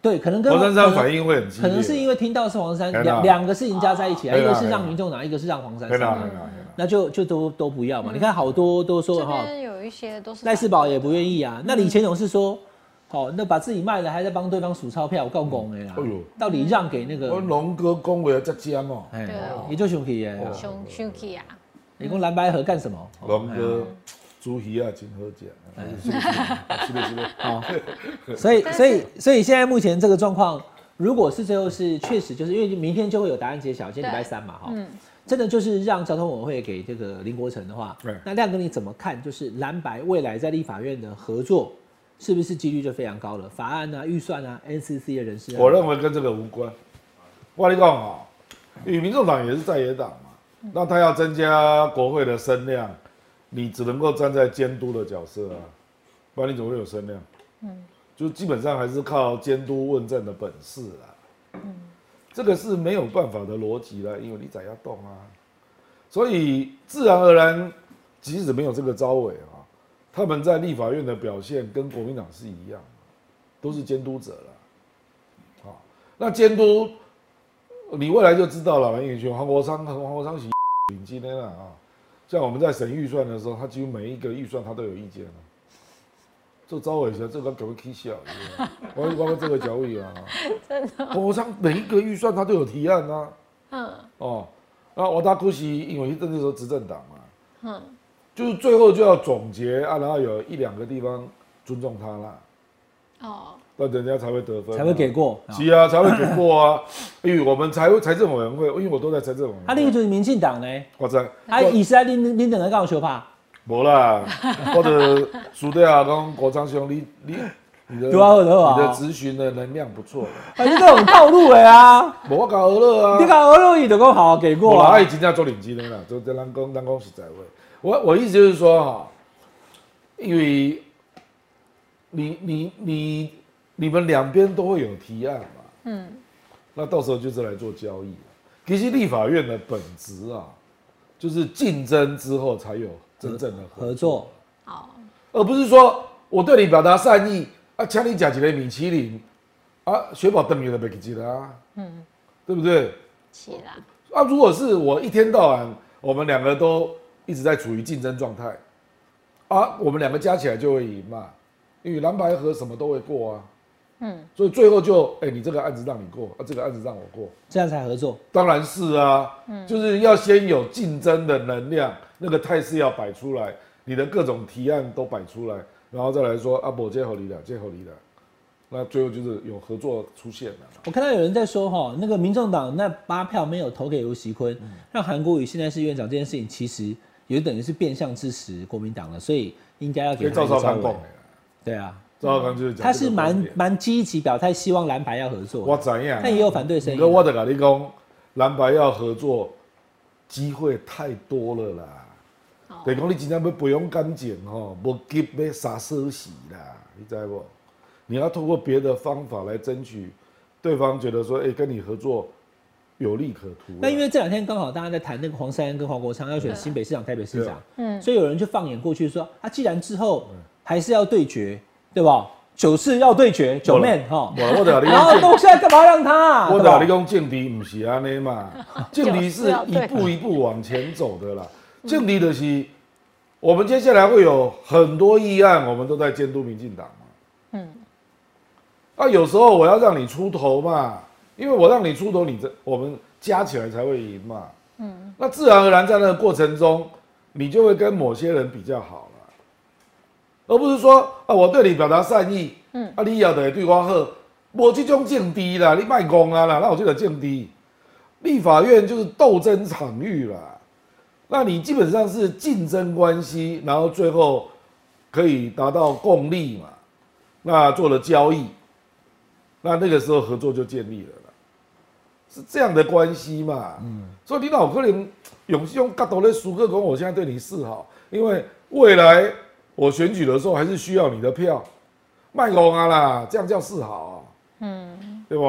Speaker 2: 对，可能跟
Speaker 4: 黄珊珊反应会很激
Speaker 2: 可
Speaker 4: 烈，哎
Speaker 2: 能是因为听到是黄珊
Speaker 4: 天
Speaker 2: 珊，
Speaker 4: 哪
Speaker 2: 两两个事情加在一起啊，
Speaker 4: 天
Speaker 2: 一
Speaker 4: 哪
Speaker 2: 个是让民众党，一个是让黄珊
Speaker 4: 天哪
Speaker 2: 珊
Speaker 4: 天，哪天哪
Speaker 2: 那就就都都不要嘛。你看好多都说
Speaker 3: 嗯这
Speaker 2: 哈，
Speaker 3: 边嗯有一些都是
Speaker 2: 赖世宝也不愿意啊。那李乾勇是说，好，那把自己卖了，还在帮对方数钞票，我告拱哎啦哦
Speaker 4: 哎呦，
Speaker 2: 到底让给那个，
Speaker 4: 我龙哥恭维才尖哦，
Speaker 2: 哎
Speaker 3: 对哦，
Speaker 2: 也就熊皮耶，
Speaker 3: 熊 s h k i 啊，
Speaker 2: 你跟蓝白河干什么？哦哎
Speaker 4: 龙哥猪皮啊，金河奖，是的，是的，是的，
Speaker 2: 哦，所以所以所以现在目前这个状况，如果是最后是确实就是因为明天就会有答案揭晓，今天礼拜三嘛哈，真的就是让交通委员会给这个林国成的话
Speaker 4: 对，
Speaker 2: 那亮哥你怎么看？就是蓝白未来在立法院的合作，是不是几率就非常高了？法案啊、预算啊、NCC 的人事、啊，
Speaker 4: 我认为跟这个无关。我跟你讲哦，因为民众党也是在野党嘛，那他要增加国会的声量，你只能够站在监督的角色啊，不然你怎么会有声量？嗯，就基本上还是靠监督问政的本事啊。这个是没有办法的逻辑啦，因为你仔要动啊，所以自然而然，即使没有这个招委啊，他们在立法院的表现跟国民党是一样的，都是监督者了。那监督，你未来就知道了。因为黄国昌，黄国昌是领今天了啊。像我们在审预算的时候，他几乎每一个预算他都有意见了。这招委员这个给我 K 笑，我我们这个交易啊， 真的。黄国昌每一个预算他都有提案啊。嗯。哦，那王大姑息因为那时候执政党嘛，嗯，就是最后就要总结啊，然后有一两个地方尊重他啦，
Speaker 3: 哦，
Speaker 4: 那人家才会得分啊，
Speaker 2: 才会给过。啊
Speaker 4: 是啊，才会给过 啊。因为我们财务财政委员会，因为我都在财政委员
Speaker 2: 啊，另一
Speaker 4: 会。
Speaker 2: 个就是民进党呢，
Speaker 4: 我知，
Speaker 2: 啊，
Speaker 4: 我
Speaker 2: 以是在林林等人告球怕，
Speaker 4: 无啦，或者输掉啊，讲国昌兄，你你你的
Speaker 2: 对啊对啊
Speaker 4: 你的咨询的能量不错，
Speaker 2: 啊，就这种套路的啊。
Speaker 4: 无我搞俄勒啊。
Speaker 2: 你看俄罗伊都够好给
Speaker 4: 我
Speaker 2: 过
Speaker 4: 啦，
Speaker 2: 啊
Speaker 4: 他已，经在做领基了啦，就在南宫南宫实在位。我我意思就是说哈，因为你你你你们两边都会有提案嘛，嗯，那到时候就是来做交易了。其实立法院的本质啊，就是竞争之后才有真正的合
Speaker 2: 合
Speaker 4: 作，
Speaker 2: 作
Speaker 3: 好，
Speaker 4: 而不是说我对你表达善意啊，请你讲几个米其林啊，雪宝等你的被记得啊，嗯，对不对？
Speaker 3: 起啦，
Speaker 4: 啊，如果是我一天到晚，我们两个都一直在处于竞争状态，啊，我们两个加起来就会赢嘛，因为蓝白和什么都会过啊，嗯，所以最后就，哎、你这个案子让你过，啊，这个案子让我过，
Speaker 2: 这样才合作。
Speaker 4: 当然是啊，就是要先有竞争的能量，那个态势要摆出来，你的各种提案都摆出来，然后再来说啊，我接合你的，接合你的，那最后就是有合作出现了。
Speaker 2: 我看到有人在说哈，那个民众党那八票没有投给尤习坤，
Speaker 4: 嗯
Speaker 2: 让韩国瑜现在是院长这件事情，其实也等于是变相支持国民党了，所以应该要
Speaker 4: 所
Speaker 2: 给
Speaker 4: 以
Speaker 2: 他
Speaker 4: 赵
Speaker 2: 一个
Speaker 4: 少
Speaker 2: 稍
Speaker 4: 康
Speaker 2: 微
Speaker 4: 讲的。啦，
Speaker 2: 对啊，
Speaker 4: 赵少康就是讲
Speaker 2: 他
Speaker 4: 这个
Speaker 2: 是
Speaker 4: 观
Speaker 2: 蛮
Speaker 4: 点
Speaker 2: 蛮积极表态，希望蓝白要合
Speaker 4: 我
Speaker 2: 作，
Speaker 4: 知影啊，
Speaker 2: 但也有反对声音
Speaker 4: 哥，我得跟你讲，蓝白要合作，机会太多了啦。
Speaker 3: 哦
Speaker 4: 等于讲你真正要培养感情吼，无急要杀生死啦，你知不？你要通过别的方法来争取，对方觉得说，哎、跟你合作有利可图啊啦。
Speaker 2: 那因为这两天刚好大家在谈那个黄珊珊跟黄国昌要选新北市长、台北市
Speaker 4: 对
Speaker 2: 长
Speaker 4: 啊，嗯
Speaker 2: 嗯，所以有人就放眼过去说，啊，既然之后还是要对决，对吧？九四要对决，九面哈，
Speaker 4: 我我得跟你
Speaker 2: 然后
Speaker 4: 讲，
Speaker 2: 都现在干嘛让他啊？
Speaker 4: 我
Speaker 2: 对吧
Speaker 4: 得跟你讲，政敌不是安尼嘛，政敌是一步一步往前走的啦。政敌的是，我们接下来会有很多议案，我们都在监督民进党嘛。嗯啊，有时候我要让你出头嘛，因为我让你出头，你这我们加起来才会赢嘛。嗯，那自然而然在那个过程中，你就会跟某些人比较好了，而不是说啊，我对你表达善意，嗯，啊，你也得对我好，我这种降低啦，你卖公啊啦，那我就得降低。立法院就是斗争场域啦，那你基本上是竞争关系，然后最后可以达到共利嘛。那做了交易，那那个时候合作就建立了啦，是这样的关系嘛？嗯，所以你老可能用用大头的苏克公，我现在对你示好，因为未来我选举的时候还是需要你的票，卖公啊啦，这样叫示好、嗯，对不？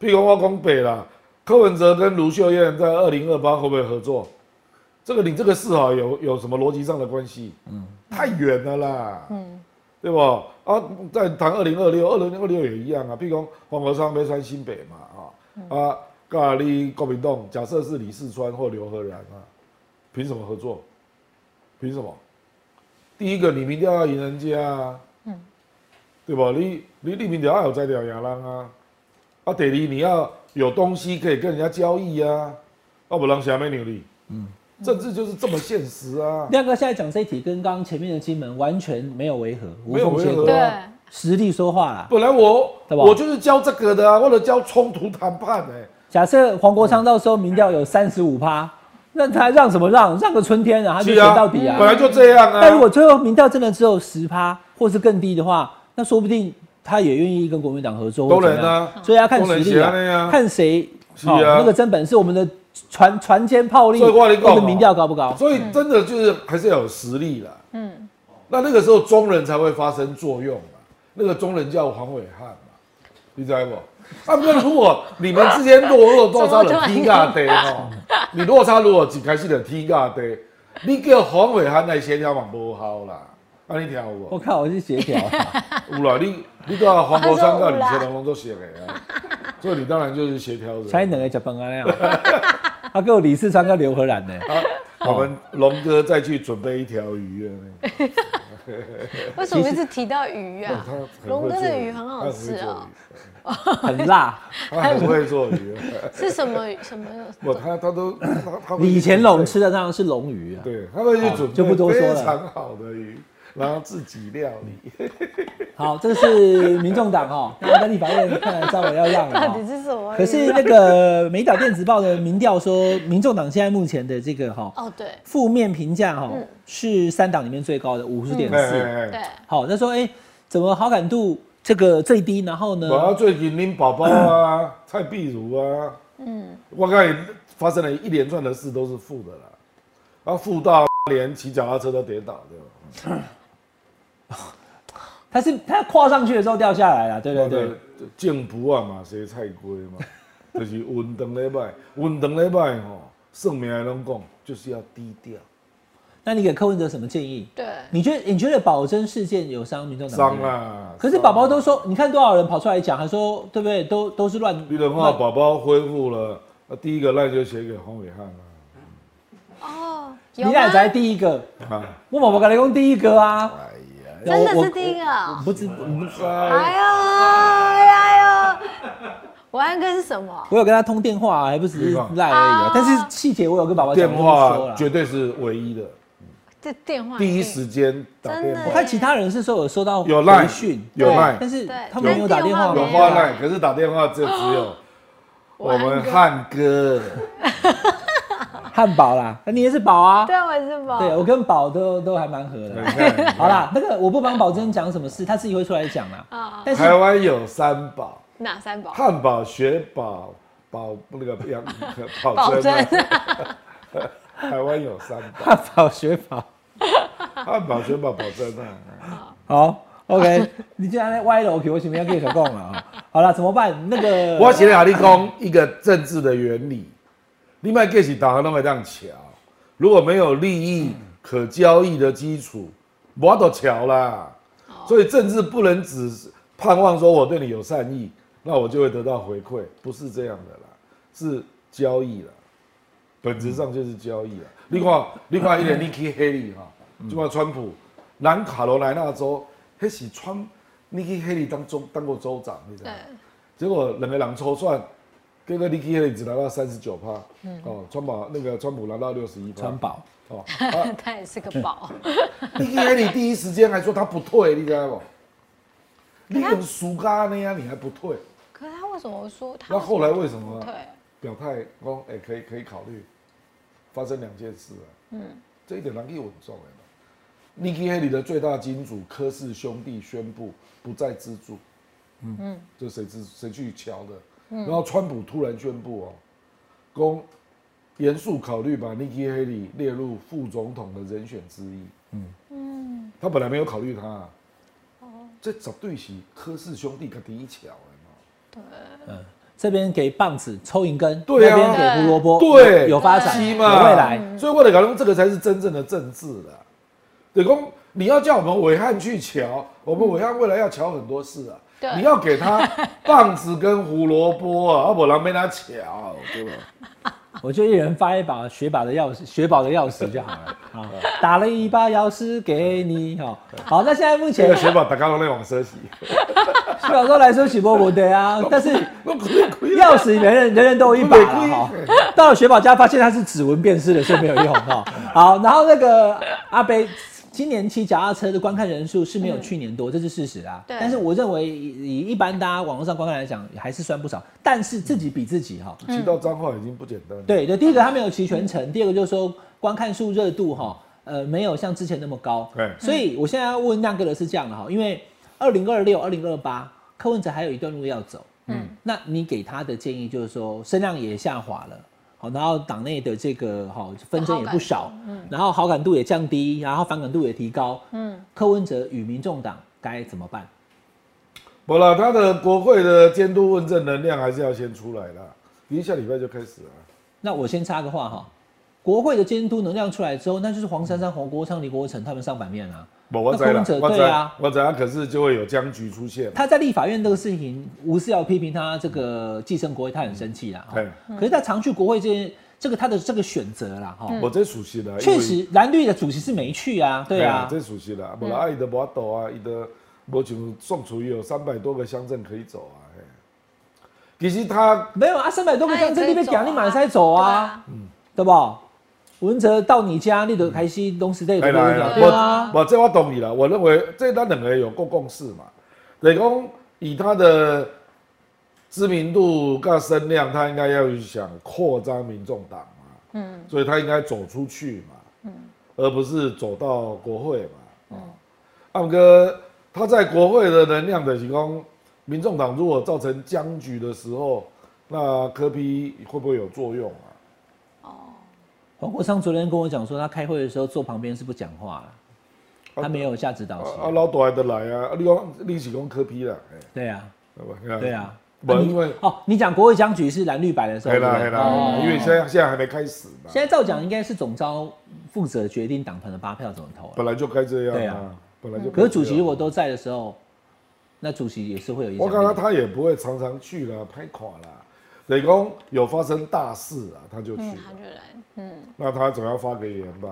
Speaker 4: 譬如我讲北啦，柯文哲跟卢秀燕在二零二八会不会合作？这个你这个示好有有什么逻辑上的关系？嗯，太远了啦。对不？啊，啊，再谈二零二六，二零二六也一样啊。譬如讲黄国昌没穿新北嘛，啊啊，咖喱郭明栋，假设是李四川或刘和然啊，凭什么合作？凭什么？第一个，你民调要赢人家啊，对吧？你你你民调要有在聊牙人啊，啊，第二你要有东西可以跟人家交易啊，要不然谁没努力？嗯，政治就是这么现实啊，
Speaker 2: 亮哥现在讲这一题跟刚刚前面的金门完全没有违和，无
Speaker 4: 没有
Speaker 2: 缝
Speaker 4: 违
Speaker 2: 接
Speaker 4: 和
Speaker 2: 轨，
Speaker 4: 啊。
Speaker 3: 对。
Speaker 2: 实力说话啦。
Speaker 4: 本来我
Speaker 2: 对吧
Speaker 4: 我就是教这个的啊，或者教冲突谈判哎、
Speaker 2: 假设黄国昌到时候民调有三十五趴，那他让什么让？让个春天啊，他就是选到底啊。
Speaker 4: 本来就这样啊。
Speaker 2: 但如果最后民调真的只有十趴或是更低的话，那说不定他也愿意跟国民党合作。
Speaker 4: 当
Speaker 2: 或怎么
Speaker 4: 然
Speaker 2: 样
Speaker 4: 啊
Speaker 2: 所以要看实力
Speaker 4: 当然是这样
Speaker 2: 啊，
Speaker 4: 啊
Speaker 2: 看谁哦
Speaker 4: 是啊
Speaker 2: 那个真本事，我们的船船坚炮力，
Speaker 4: 所以我跟你讲哦
Speaker 2: 我们民调高不高？
Speaker 4: 所以真的就是还是要有实力啦。嗯，那那个时候中人才会发生作用嘛。那个中人叫黄伟汉嘛，你知道不？啊，不然如果你们之间落落多少的 T 尬对哦，你落差如果只开始的 T 尬对，你叫黄伟汉来协调嘛不好啦。啊，你听有
Speaker 2: 我
Speaker 4: 无？
Speaker 2: 靠，我是协调 啊，
Speaker 4: 有啦，你你跟 黄国昌跟李乾隆拢都协的啊，所以你当然就是协调人。
Speaker 2: 才两个吃饭啊那样。啊他给我李世昌跟刘和然呢，
Speaker 4: 我们龙哥再去准备一条鱼啊，
Speaker 3: 为什么一直提到鱼啊
Speaker 4: 哦他很会？做
Speaker 3: 龙哥的鱼很好哦吃哦，
Speaker 2: 很辣。
Speaker 4: 他很会做鱼，
Speaker 2: 呃
Speaker 3: 是什么鱼？什么？
Speaker 4: 我他他都他他
Speaker 2: 李乾隆吃的当然是龙鱼啊。
Speaker 4: 对，他会去准备
Speaker 2: 就不多说了
Speaker 4: 非常好的鱼，然后自己料理。
Speaker 2: 好，这是民众党 哦，那在立法院看来稍微要让了、
Speaker 3: 到底
Speaker 2: 哦。
Speaker 3: 是什么鱼？
Speaker 2: 可是那个美岛电子报的民调说，民众党现在目前的这个哈、哦、
Speaker 3: 哦，对
Speaker 2: 负面评价哈是三党里面最高的五十点四。
Speaker 4: 嗯哎
Speaker 3: 对，
Speaker 2: 好，他说哎、怎么好感度这个最低？然后呢
Speaker 4: 嗯我，要最近拎宝宝啊，蔡碧如啊，嗯，我看你发生了一连串的事都是负的啦，然后负到连骑脚踏车都跌倒，对吧？
Speaker 2: 他是他跨上去的时候掉下来了，对对
Speaker 4: 哦
Speaker 2: 对。，
Speaker 4: 政府啊嘛，是菜瓜 嘛，就是运动礼拜，运动礼拜吼，算命的拢讲就是要低调，
Speaker 2: 那你给柯文哲什么建议？
Speaker 3: 对，
Speaker 2: 你觉得你觉得保真事件有伤民众党？
Speaker 4: 伤。啦。
Speaker 2: 可是宝
Speaker 4: 啊
Speaker 2: 宝都说，你看多少人跑出来讲，还说对不对？都都是乱。
Speaker 4: 啊你的话，宝宝恢复了，那第一个赖就写给黄伟汉啊了
Speaker 3: 哦，
Speaker 2: 你
Speaker 3: 有
Speaker 2: 俩
Speaker 3: 吗？
Speaker 2: 才第一个。
Speaker 4: 啊。
Speaker 2: 我宝宝跟你讲第一个啊，
Speaker 4: 哎呀，
Speaker 3: 真的
Speaker 2: 我
Speaker 3: 是第一个哦。
Speaker 2: 不知
Speaker 4: 哎
Speaker 3: 哎呦哎呦，文安哥是什么？
Speaker 2: 我有跟他通电话、啊，还不只是赖而已、啊
Speaker 3: 啊。
Speaker 2: 但是细节我有跟宝宝
Speaker 4: 电
Speaker 2: 讲，我就不说哎
Speaker 4: 话
Speaker 2: 了
Speaker 4: 绝对是唯一的，
Speaker 3: 这电话
Speaker 4: 第一时间打电
Speaker 2: 我
Speaker 4: 话
Speaker 2: 看其他人是说有收到
Speaker 4: 有
Speaker 2: 来
Speaker 4: 赖
Speaker 2: 讯，
Speaker 4: 有赖
Speaker 2: 但是
Speaker 3: 对
Speaker 2: 他们没有打电话
Speaker 3: 但
Speaker 4: 有
Speaker 3: 电话
Speaker 4: 话
Speaker 2: 吗？
Speaker 4: 赖，可是打电话就只有我们汉哥，
Speaker 2: 汉堡啦，那你也是宝啊。
Speaker 3: 对，我是宝。
Speaker 2: 对，我跟宝都都还蛮合
Speaker 4: 你
Speaker 2: 的。
Speaker 4: 看
Speaker 2: 好啦，那个我不帮宝珍讲什么事，他自己会出来讲啦。
Speaker 3: 啊，
Speaker 2: 但是
Speaker 4: 台湾有三宝。
Speaker 3: 哪三宝？
Speaker 4: 汉堡、雪堡、堡那个羊
Speaker 3: 保
Speaker 4: 保
Speaker 3: 真
Speaker 4: 真、啊， 台湾有三宝，
Speaker 2: 汉堡学宝，
Speaker 4: 汉堡、雪堡、保真啊。
Speaker 2: 好，OK，你 竟然在歪楼给我前面要跟你讲了 啊。好了，怎么办？那个
Speaker 4: 我写了你讲一个政治的原理，你卖 g e 打和那么这样瞧，如果没有利益可交易的基础，我都瞧啦。所以政治不能只是盼望说我对你有善意，那我就会得到回馈，不是这样的啦，是交易啦，本质上就是交易啦。另外，另外一点，Nikki Haley 哈，就把川普南卡罗来纳州，那是川 Nikki Haley 当州当过州长，你知道
Speaker 3: 对
Speaker 4: 吗？结果两个人抽算，结果 Nikki Haley 只拿到三十九趴，哦，川普那个川普拿到六十一趴，
Speaker 2: 川宝，
Speaker 4: 哦，啊
Speaker 3: 他也是个宝。
Speaker 2: 嗯
Speaker 4: Nikki Haley 第一时间还说他不退，你知道不？你很熟咖那样，你还不退？
Speaker 3: 可是他为什么说他？
Speaker 4: 那后来为什么
Speaker 3: 对，
Speaker 4: 表态说，哎、可以可以考虑？发生两件事啊，嗯，这一点难以稳重哎。Nikki Haley 的最大金主柯氏兄弟宣布不再资助，嗯，这谁资谁去瞧的？然后川普突然宣布哦，公严肃考虑把 Nikki Haley 列入副总统的人选之一，嗯嗯，他本来没有考虑他、啊，哦，这绝对是柯氏兄弟个第一桥哎
Speaker 2: 这边给棒子抽银根，
Speaker 4: 对啊
Speaker 2: 那边给胡萝
Speaker 4: 嘛，
Speaker 2: 卜，
Speaker 4: 对，
Speaker 2: 有发展，
Speaker 4: 是
Speaker 2: 有未
Speaker 4: 嘛
Speaker 2: 来。
Speaker 4: 所以我得讲，这个才是真正的政治啦。得讲，你要叫我们伟汉去瞧，我们伟汉未来要瞧很多事啊。
Speaker 3: 对
Speaker 4: 你要给他棒子跟胡萝卜啊，要不然没他瞧，对吧？
Speaker 2: 我就一人发一把雪宝的钥匙，雪宝的钥匙就好了 啊！打了一把钥匙给你，好、好。那现在目
Speaker 4: 这
Speaker 2: 前
Speaker 4: 个雪宝打刚刚那往 生洗，
Speaker 2: 雪宝说来说起波不对啊，但是
Speaker 4: 我亏亏
Speaker 2: 钥匙人人人人都有一把啦哈。到了雪宝家，发现它是指纹辨识的，所以没有用哈。好，然后那个阿贝。今年骑脚踏车的观看人数是没有去年多，这是事实啊。
Speaker 3: 对
Speaker 2: 但是我认为以以一般大家网络上观看来讲，还是算不少。但是自己比自己哈，
Speaker 4: 骑到脏话已经不简单了。，
Speaker 2: 对对，第一个他没有齐全程，第二个就是说观看数热度哈，呃，没有像之前那么高。
Speaker 4: 对
Speaker 2: 所以我现在要问亮哥的是这样的哈，因为二零二六、二零二八，柯文哲还有一段路要走。嗯，那你给他的建议就是说，声量也下滑了。好，然后党内的这个好纷争也不少，嗯，然后好感度也降低，然后反感度也提高，嗯，柯文哲与民众党该怎么办？
Speaker 4: 不了，他的国会的监督问政能量还是要先出来啦。一下礼拜就开始了啊。
Speaker 2: 那我先插个话哈，国会的监督能量出来之后，那就是黄珊珊、黄国昌、李国成他们上版面啊。
Speaker 4: 不，我
Speaker 2: 那
Speaker 4: 知
Speaker 2: 空
Speaker 4: 啦
Speaker 2: 者，
Speaker 4: 我知
Speaker 2: 对啊，
Speaker 4: 我知道，可是就会有僵局出现。
Speaker 2: 他在立法院这个事情，吴思瑶批评他这个寄生国会，他很生气啦。哈
Speaker 4: 嗯对
Speaker 2: 可是他常去国会这件这个他的这个选择啦，哈，
Speaker 4: 我这熟悉的，因
Speaker 2: 确
Speaker 4: 为
Speaker 2: 实啊蓝绿的主席是没去啊，对啊，
Speaker 4: 这熟悉的，不然啊，伊的无斗啊，伊的无像宋楚瑜有三百多个乡镇可以走啊。嘿其实他
Speaker 2: 没有啊，三百多个
Speaker 3: 他也
Speaker 2: 乡镇
Speaker 3: 可
Speaker 2: 你
Speaker 3: 以
Speaker 2: 被
Speaker 3: 走
Speaker 2: 讲
Speaker 3: 啊
Speaker 2: 你马塞走啊，对不？文哲到你家，你都开始东西对
Speaker 4: 来啦来啦，
Speaker 2: 对啊，
Speaker 4: 我我这我懂你了，我认为这他两个有过共识嘛，等于讲以他的知名度跟声量，他应该要想扩张民众党嘛，嗯，所以他应该走出去嘛，嗯，而不是走到国会嘛，啊，阿哥他在国会的能量的提供，民众党如果造成僵局的时候，那柯批会不会有作用啊？
Speaker 2: 黄国昌昨天跟我讲说，他开会的时候坐旁边是不讲话了，
Speaker 4: 哦
Speaker 2: 他没有下指导
Speaker 4: 啊啊，
Speaker 2: 棋。
Speaker 4: 老大的来啊，啊你讲你是讲柯批啦，哎
Speaker 2: 对啊，
Speaker 4: 好吧
Speaker 2: 对啊。
Speaker 4: 不
Speaker 2: 啊你
Speaker 4: 因为
Speaker 2: 哦，你讲国会僵局是蓝绿白的时候，
Speaker 4: 黑啦
Speaker 2: 对
Speaker 4: 黑
Speaker 2: 不对
Speaker 4: 啦
Speaker 2: 哦，
Speaker 4: 因为现在现在还没开始嘛，
Speaker 2: 现在照讲应该是总招负责决定党团的八票怎么投啊、
Speaker 4: 本来就该这
Speaker 2: 对
Speaker 4: 样
Speaker 2: 啊
Speaker 4: 啊，本来就该这样。
Speaker 2: 可是主席如果都在的时候，那主席也是会有影响
Speaker 4: 我
Speaker 2: 力
Speaker 4: 刚
Speaker 2: 的。
Speaker 4: 刚他也不会常常去啦，拍垮啦。等于讲有发生大事啊，他就去
Speaker 3: 嗯，
Speaker 4: 了
Speaker 3: 他就来，嗯，
Speaker 4: 那他总要发给人吧？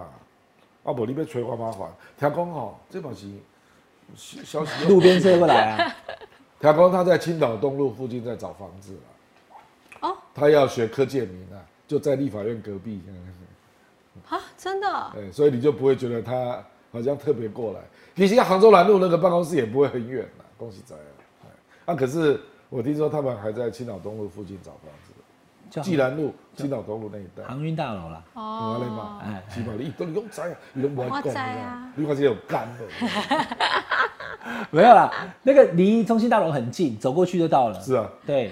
Speaker 4: 啊，不，你被吹花麻烦。听讲哦，这把是消消息。
Speaker 2: 路边车过来 啊，
Speaker 4: 听讲他在青岛东路附近在找房子了。
Speaker 3: 哦，
Speaker 4: 他要学柯建明啊，就在立法院隔壁。
Speaker 3: 啊，真的，
Speaker 4: 对，哎所以你就不会觉得他好像特别过来。其实杭州南路那个办公室也不会很远啦，恭喜仔啊！哎啊，可是我听说他们还在青岛东路附近找房子，
Speaker 2: 就
Speaker 4: 济南路、青岛东路那一带。
Speaker 2: 航运大楼啦。
Speaker 3: 哦
Speaker 4: 我来嘛，哎是嘛？你都你拢知啊，你拢无
Speaker 3: 我知
Speaker 4: 讲
Speaker 3: 啊
Speaker 4: 啊，你看这有干的，
Speaker 2: 没有啦，那个离中心大楼很近，走过去就到了。
Speaker 4: 是啊，
Speaker 2: 对，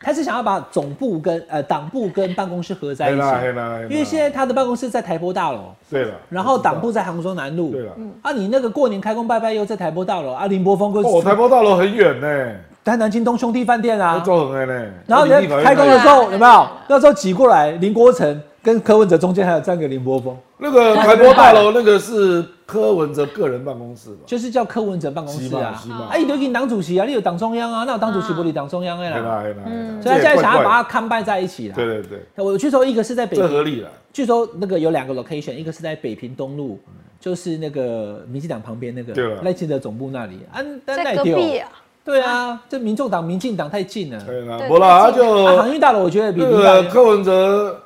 Speaker 2: 他是想要把总部跟呃党部跟办公室合在一
Speaker 4: 嘿啦嘿
Speaker 2: 起，
Speaker 4: 啦，嘿啦
Speaker 2: 因为现在他的办公室在台波大楼，
Speaker 4: 对了，
Speaker 2: 然后
Speaker 4: 我知道
Speaker 2: 党部在杭州南路。
Speaker 4: 对了，
Speaker 2: 啊，你那个过年开工拜拜又在台波大楼，啊，林柏峰跟
Speaker 4: 哦，台胞大楼很远呢，
Speaker 2: 台南京东兄弟饭店啊，
Speaker 4: 要走很远呢。
Speaker 2: 然后
Speaker 4: 那
Speaker 2: 人
Speaker 4: 离立
Speaker 2: 家
Speaker 4: 法院
Speaker 2: 开工
Speaker 4: 那
Speaker 2: 的
Speaker 4: 里
Speaker 2: 时候
Speaker 3: 对
Speaker 2: 有没有？那时候挤过来，林国成跟柯文哲中间还有站个林柏峰，
Speaker 4: 那个台胞大楼那个是柯文哲个人办公室吧？
Speaker 2: 就是叫柯文哲办公室啊
Speaker 4: 是嘛是嘛。
Speaker 2: 哎，你就给党主席啊，你有党中央啊，那有党主席不理党中央哎
Speaker 4: 对啦
Speaker 2: 啦。
Speaker 4: 对啦，嘿啦
Speaker 2: 所以他现在想要把它
Speaker 4: 这也怪怪的
Speaker 2: 看拜在一起啦。
Speaker 4: 对对对，
Speaker 2: 我据说一个是在北
Speaker 4: 这合
Speaker 2: 平，
Speaker 4: 理了。
Speaker 2: 据说那个有两个 location，一个是在北平东路，就是那个民进党旁边那
Speaker 4: 对
Speaker 2: 个
Speaker 4: 了
Speaker 2: 赖清德总部那里。啊，那
Speaker 3: 在
Speaker 2: 那
Speaker 3: 隔
Speaker 2: 也
Speaker 3: 壁
Speaker 2: 对哦
Speaker 3: 啊，
Speaker 2: 对啊，这民众党、民进党太近了。
Speaker 4: 对啦，
Speaker 3: 对
Speaker 4: 无啦，啊
Speaker 3: 太近
Speaker 4: 就
Speaker 2: 啊，航运大楼我觉得比
Speaker 4: 那
Speaker 2: 民大
Speaker 4: 个柯文哲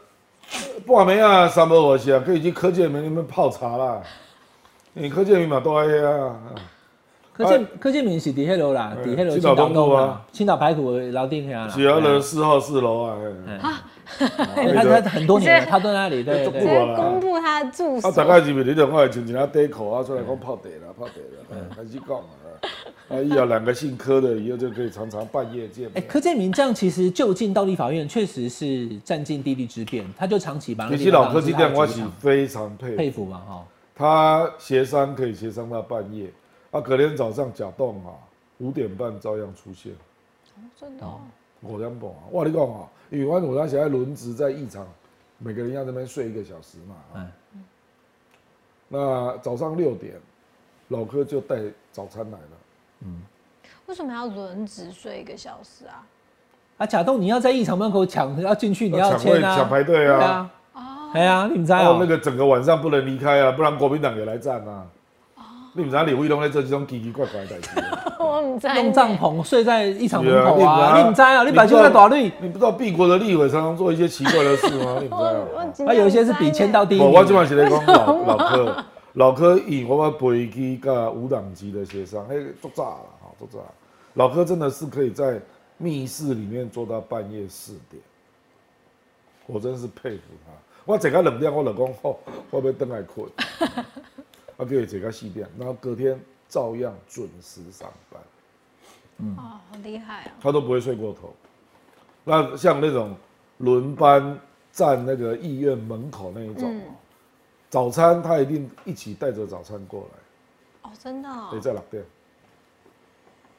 Speaker 4: 半暝啊，三不五时啊，可以去柯建明那边泡茶啦。你柯建明嘛都爱遐啊，
Speaker 2: 柯建柯建明是底下楼啦，
Speaker 4: 哎
Speaker 2: 底下楼
Speaker 4: 青岛东路啊，
Speaker 2: 青岛排骨的老店下啦。
Speaker 4: 是啊，人四号四楼啊。嘿
Speaker 2: 对哎他他他很多年了，他都在那里，对
Speaker 4: 这
Speaker 2: 对
Speaker 3: 直
Speaker 4: 中
Speaker 2: 对
Speaker 4: 国
Speaker 3: 接公布他的住
Speaker 4: 啊，
Speaker 3: 所
Speaker 4: 大，概是不是你两看穿一件短裤啊，出来讲泡茶啦，泡茶啦，哎开始讲啊。啊，以后两个姓柯的，以后就可以常常半夜见
Speaker 2: 哎，
Speaker 4: 面。
Speaker 2: 柯建明这样其实就近到立法院，确实是占尽地利之便，他就长期把那个
Speaker 4: 其
Speaker 2: 地
Speaker 4: 实
Speaker 2: 方
Speaker 4: 老柯这点
Speaker 2: 当
Speaker 4: 我
Speaker 2: 成
Speaker 4: 是
Speaker 2: 他的主场
Speaker 4: 非常佩服
Speaker 2: 佩。服嘛哈。
Speaker 4: 他协商可以协商到半夜，啊，隔天早上假动啊，五点半照样出现。
Speaker 3: 真的哦，
Speaker 4: 我讲不啊，我跟你讲啊，因为我我当时在轮值在异场，每个人要在那边睡一个小时嘛。
Speaker 2: 嗯
Speaker 4: 那早上六点，老柯就带早餐来了。
Speaker 3: 为什么要轮值睡一个小 时啊？
Speaker 2: 啊，假动你要在异场门口抢，要进去你要
Speaker 4: 抢位
Speaker 2: 签啊，
Speaker 4: 抢排队啊
Speaker 2: 对啊，哎呀，你们知
Speaker 4: 然
Speaker 2: 道
Speaker 4: 后那个整个晚上不能离开啊，不然国民党也来站啊。
Speaker 2: 哦
Speaker 4: 你们知道李慧龙在这种奇奇怪怪的代志啊，
Speaker 3: 我们在
Speaker 2: 弄帐篷睡在异场门口
Speaker 4: 对啊
Speaker 2: 啊，
Speaker 4: 你
Speaker 2: 你
Speaker 4: 不
Speaker 2: 们
Speaker 4: 知
Speaker 2: 知
Speaker 4: 道
Speaker 2: 道，你百姓在打绿，
Speaker 4: 你不知道帝国的立委常常做一些奇怪的事吗？你们知道吗？
Speaker 2: 啊，有一些是比签
Speaker 3: 哦
Speaker 2: 到第一
Speaker 4: 我
Speaker 2: 名，
Speaker 4: 我今晚是在讲老老科，老科以我们北基跟无党籍的协商，嘿，做炸了哈，做炸。老科真的是可以在密室里面做到半夜四点，我真是佩服他。我整个冷掉，我老公吼，会不会灯来困？啊，给我整个四点，然后隔天照样准时上班。
Speaker 3: 哦，好厉害啊！
Speaker 4: 他都不会睡过头。那像那种轮班站那个医院门口那一种，
Speaker 2: 嗯
Speaker 4: 早餐他一定一起带着早餐过来，
Speaker 3: 哦，真的哦
Speaker 4: 得、，在哪边？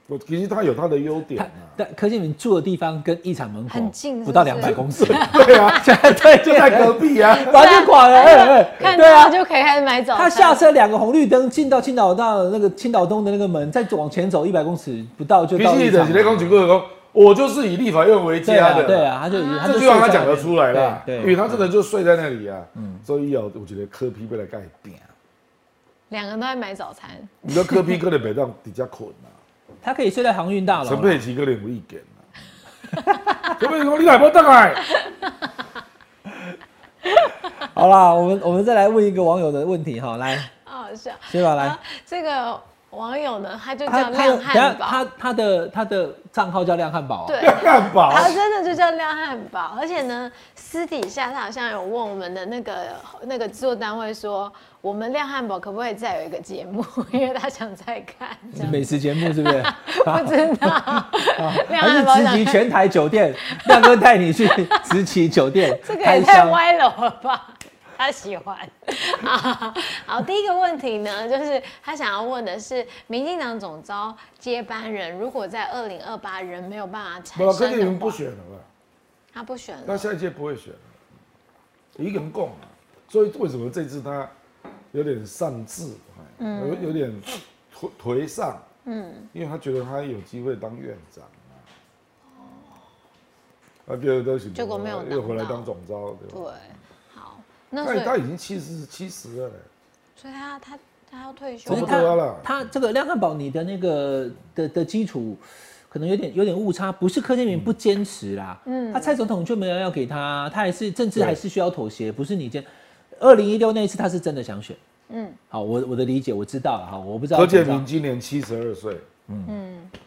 Speaker 4: 我其实他有他的优点
Speaker 2: 他
Speaker 4: 啊，
Speaker 2: 但柯建明住的地方跟异场门口
Speaker 3: 很近是不是
Speaker 2: 不到两百公尺，
Speaker 4: 对啊，
Speaker 2: 对，
Speaker 4: 就 在隔 壁啊。
Speaker 2: 完全管了，哎哎，
Speaker 3: 看
Speaker 2: 对
Speaker 3: 到
Speaker 2: 啊。
Speaker 3: 就可以开始买早餐。
Speaker 2: 他下车两个红绿灯进到青岛大的那个青岛东的那个门，再往前走一百公尺不到就
Speaker 4: 必
Speaker 2: 到
Speaker 4: 须
Speaker 2: 异
Speaker 4: 的，
Speaker 2: 场
Speaker 4: 你在
Speaker 2: 门
Speaker 4: 讲几个讲，我就是以立法院为
Speaker 2: 啊对
Speaker 4: 家
Speaker 2: 啊
Speaker 4: 的，
Speaker 2: 对，啊，他就他就
Speaker 4: 这句话他讲得
Speaker 2: 睡在那边
Speaker 4: 出来啦，
Speaker 2: 对，嗯
Speaker 4: 因
Speaker 2: 对
Speaker 4: 为他真的就睡在那里啊，所以有我觉得柯批被来盖扁，
Speaker 3: 两个人都在买早餐，
Speaker 4: 啊你说柯批可能别让底下困啊。
Speaker 2: 他可以睡在航运大楼
Speaker 4: 陈
Speaker 2: 啦。
Speaker 4: 佩琪可能有意 见啦。陈佩琪说：“你来不得来
Speaker 2: 好啦，我们我们再来问一个网友的问题哈，来，
Speaker 3: 好好笑。
Speaker 2: 薛宝来
Speaker 3: 啊，这个网友呢，他就
Speaker 2: 他
Speaker 3: 叫
Speaker 2: 他的
Speaker 3: 亮
Speaker 2: 等下
Speaker 3: 汉
Speaker 2: 他
Speaker 3: 堡，
Speaker 2: 他的他的账号叫亮汉堡啊，
Speaker 3: 对，
Speaker 4: 汉堡。
Speaker 3: 他真的就叫亮汉堡，而且呢，私底下他好像有问我们的那个那个制作单位说，我们亮汉堡可不可以再有一个节目， 因为他想再看，这
Speaker 2: 是
Speaker 3: 样
Speaker 2: 美食节目是 不是？
Speaker 3: 不知道亮
Speaker 2: 还是
Speaker 3: 汉堡
Speaker 2: 直
Speaker 3: 想
Speaker 2: 击
Speaker 3: 看，
Speaker 2: 全台酒 店，亮哥带你去直击酒店
Speaker 3: 这个
Speaker 2: 开
Speaker 3: 也太
Speaker 2: 箱。
Speaker 3: 歪楼了吧。 他喜欢 啊，好，第一个问题呢，就是他想要问的是，民进党总召接班人如果在二零二八人没有办法”产
Speaker 4: 没有，
Speaker 3: 生
Speaker 4: 柯
Speaker 3: 的
Speaker 4: 建明不
Speaker 3: 话
Speaker 4: 选了吧？
Speaker 3: 他不选
Speaker 4: 那
Speaker 3: 了，
Speaker 4: 下一届不啊会选了，一个人供啊。所以为什么这次他有点丧志，
Speaker 3: 嗯
Speaker 4: 哎有有点颓颓丧？嗯，因为他觉得他有机会当院长啊。啊，第二都行，
Speaker 3: 结果没有拿到
Speaker 4: 又回来当总召，对
Speaker 3: 对
Speaker 4: 吧？，
Speaker 3: 好，那所
Speaker 4: 但
Speaker 3: 以
Speaker 4: 他已经七十七十了嘞，
Speaker 3: 所以他他他要退休
Speaker 2: 可
Speaker 4: 差
Speaker 2: 是
Speaker 4: 不
Speaker 2: 他
Speaker 4: 多了
Speaker 2: 他这个亮汉堡，你的那个的的基础可能有点有点误差，不是柯建明不坚持啦，嗯，他蔡总统就没有要给他，他还是政治
Speaker 4: 对
Speaker 2: 还是需要妥协，不是你坚。二零一六那一次他是真的想选，嗯，好，我我的理解我知道了哈，我不知道
Speaker 4: 柯建
Speaker 2: 怎么
Speaker 4: 明
Speaker 2: 着
Speaker 4: 今年七十二岁，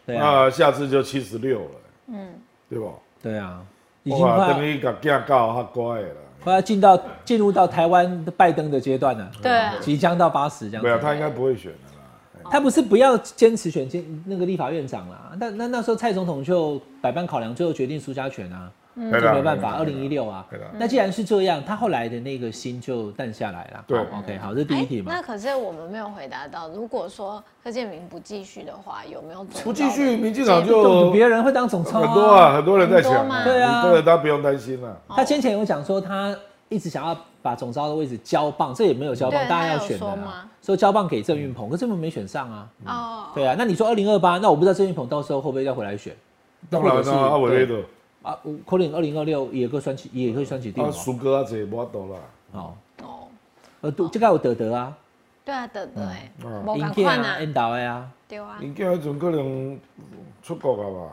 Speaker 2: 对啊
Speaker 4: 那下次就七十六了，嗯，对吧？
Speaker 2: 对啊，已经
Speaker 4: 哇，
Speaker 2: 快要
Speaker 4: 等于甲囝教较乖的啦。
Speaker 2: 快要进到进入到台湾的拜登的阶段了，
Speaker 3: 对
Speaker 2: 即将到八十这样
Speaker 4: 没有，
Speaker 2: 子。
Speaker 4: 他应该不会选的啦。
Speaker 2: 他不是不要坚持选进那个立法院长啦，但那那时候蔡总统就百般考量，最后决定苏家全啊。
Speaker 4: 对
Speaker 2: 这
Speaker 4: 啦
Speaker 2: 没办法，二
Speaker 4: 对啦
Speaker 2: 零一六啊
Speaker 4: 对啦。
Speaker 2: 那既然是这样，他后来的那个心就淡下来了。
Speaker 4: 对
Speaker 2: 好，OK，好，这是第一题嘛
Speaker 3: 哎那。可是我们没有回答到，如果说柯建明不继续的话，有没有
Speaker 4: 不继续，民进党
Speaker 2: 就
Speaker 4: 就
Speaker 2: 别人会当总
Speaker 4: 很
Speaker 2: 超
Speaker 4: 多啊，。很多人在抢
Speaker 3: 很多
Speaker 4: 啊，
Speaker 3: 嘛
Speaker 2: 对啊
Speaker 4: 你这个他不用担心了。
Speaker 2: 他先前有讲说，他一直想要把总招的位置交棒，这也没有交棒，
Speaker 3: 对
Speaker 2: 大家要
Speaker 3: 他有
Speaker 2: 选的
Speaker 3: 说
Speaker 2: 啦
Speaker 3: 吗。
Speaker 2: 说交棒给郑运鹏，可郑运鹏没选上啊。
Speaker 3: 哦？
Speaker 2: 对啊，那你说二零二八，那我不知道郑运鹏到时候会不会再回来选
Speaker 4: 当然
Speaker 2: 或者是
Speaker 4: 啦，啊阿伟
Speaker 2: 对
Speaker 4: 的，
Speaker 2: 啊？我可能二零二六也会选起，也会选起定
Speaker 4: 啊，
Speaker 2: 哦。
Speaker 4: 苏哥啊，这无多啦。
Speaker 2: 哦，
Speaker 3: 哦，
Speaker 2: 呃，对这个有得得啊，
Speaker 3: 对啊，等等哎，
Speaker 4: 嗯
Speaker 3: 我赶
Speaker 2: 赢
Speaker 3: 快
Speaker 2: 啊
Speaker 3: 啊，
Speaker 2: ，N 导的啊。
Speaker 3: 对啊，
Speaker 4: 你叫迄阵可能出国啊吧？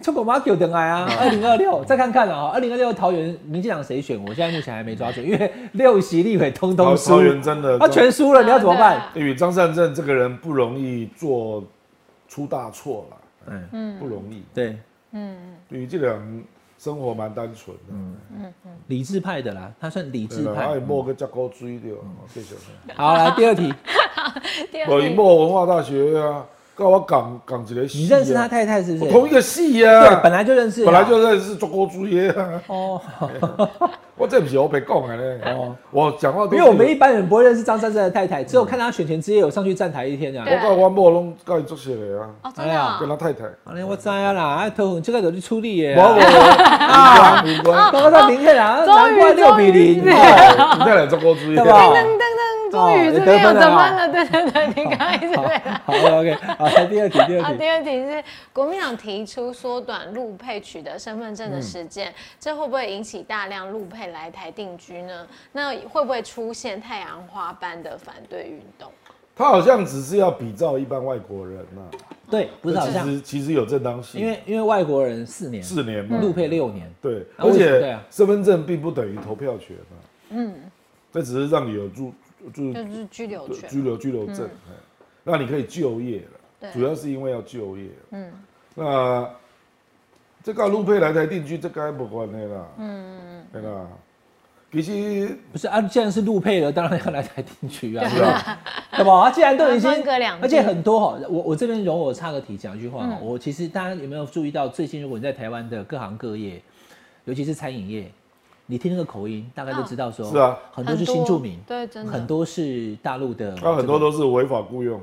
Speaker 2: 出国马九等来啊，二零二六再看看啊，二零二六桃园民进党谁选？我现在目前还没抓准，因为六席立委通
Speaker 4: 桃
Speaker 2: 通输
Speaker 4: 桃，园真的
Speaker 2: 他，啊全输了，你要怎么办
Speaker 3: 啊？
Speaker 4: 因为张善政这个人不容易做出大错啦，
Speaker 2: 嗯，
Speaker 4: 不容易。
Speaker 2: 对，
Speaker 4: 因为这个人生活蛮单纯的，
Speaker 2: 嗯理智派的啦，他算理
Speaker 4: 对啊
Speaker 2: 智
Speaker 4: 啦，啊
Speaker 2: 派
Speaker 4: 他也。摸个脚高追掉，
Speaker 2: 嗯
Speaker 4: 继续。
Speaker 2: 好，来第二 题，
Speaker 3: 第二
Speaker 4: 我一
Speaker 3: 题，
Speaker 4: 某文化大学啊，跟我讲讲一个戏、啊，
Speaker 2: 你认识他太太是不
Speaker 4: 我
Speaker 2: 是？
Speaker 4: 同一个戏啊，
Speaker 2: 对，本来就认识啊，
Speaker 4: 本来就认识中国主业啊，
Speaker 2: 哦，
Speaker 4: 我这不是我被讲的呢，哦我讲话都
Speaker 2: 因为我们一般人不会认识张三三的太太，只有看他选前之夜有上去站台一天啊
Speaker 4: 我。跟我某拢跟伊做些的啊，
Speaker 3: 哦，真
Speaker 2: 哎
Speaker 3: 的
Speaker 2: 呀
Speaker 4: 跟
Speaker 3: 哦，
Speaker 4: 他太太，
Speaker 2: 啊，我知啊啦，啊，头痕这个就去处理耶。
Speaker 4: 我我
Speaker 2: 哦
Speaker 4: 啊，林
Speaker 2: 刚刚在明显啊，
Speaker 3: 终于
Speaker 2: 难怪六比
Speaker 3: 终于
Speaker 2: 零。
Speaker 4: 哦你再来中国主业，
Speaker 2: 对吧
Speaker 4: 对
Speaker 3: 噔噔噔 终于
Speaker 2: 哦
Speaker 3: 这
Speaker 2: 得
Speaker 3: 边有
Speaker 2: 分了
Speaker 3: 怎么
Speaker 2: 啦
Speaker 3: 了？对对对，你刚刚一直
Speaker 2: 好
Speaker 3: 被
Speaker 2: 好，OK，好，来第二题，第
Speaker 3: 啊，
Speaker 2: 二题，
Speaker 3: 第二题是国民党提出缩短陆配取得身份证的
Speaker 2: 嗯
Speaker 3: 时间，这会不会引起大量陆配来台定居呢？那会不会出现太阳花般的反对运动？
Speaker 4: 他好像只是要比照一般外国人呐、
Speaker 2: 对，不是好
Speaker 4: 其
Speaker 2: 像，
Speaker 4: 实其实有正当性，
Speaker 2: 因为因为外国人四年，
Speaker 4: 四年嘛，
Speaker 2: 陆配六年，
Speaker 4: 对，
Speaker 2: 啊
Speaker 4: 而
Speaker 2: 为
Speaker 4: 且
Speaker 2: 对啊
Speaker 4: 身份证并不等于投票权啊，嗯，这只是让你有住住
Speaker 3: 就是居留
Speaker 4: 对
Speaker 3: 权
Speaker 4: 居
Speaker 3: 嘛，
Speaker 4: 留居留证，哎那你可以就业
Speaker 3: 对
Speaker 4: 了，主要是因为要就业，嗯，那这个陆配来台定居，这该不关的啦，嗯，对啦，其实
Speaker 2: 不是啊，既然是陆配了，当然要来台定居啊，
Speaker 4: 是吧？
Speaker 2: 对吧？啊既然都已经
Speaker 3: 分隔两地
Speaker 2: 而且很多哈，我我这边容我插个题，讲一句话哈。我其实大家有没有注意到，最近如果你在台湾的各行各业，尤其是餐饮业，你听那个口音，大概就知道说，
Speaker 4: 是啊
Speaker 2: 很多是新住民，
Speaker 3: 对，真的
Speaker 2: 很多是大陆的，
Speaker 4: 那哦很多都是违法雇佣，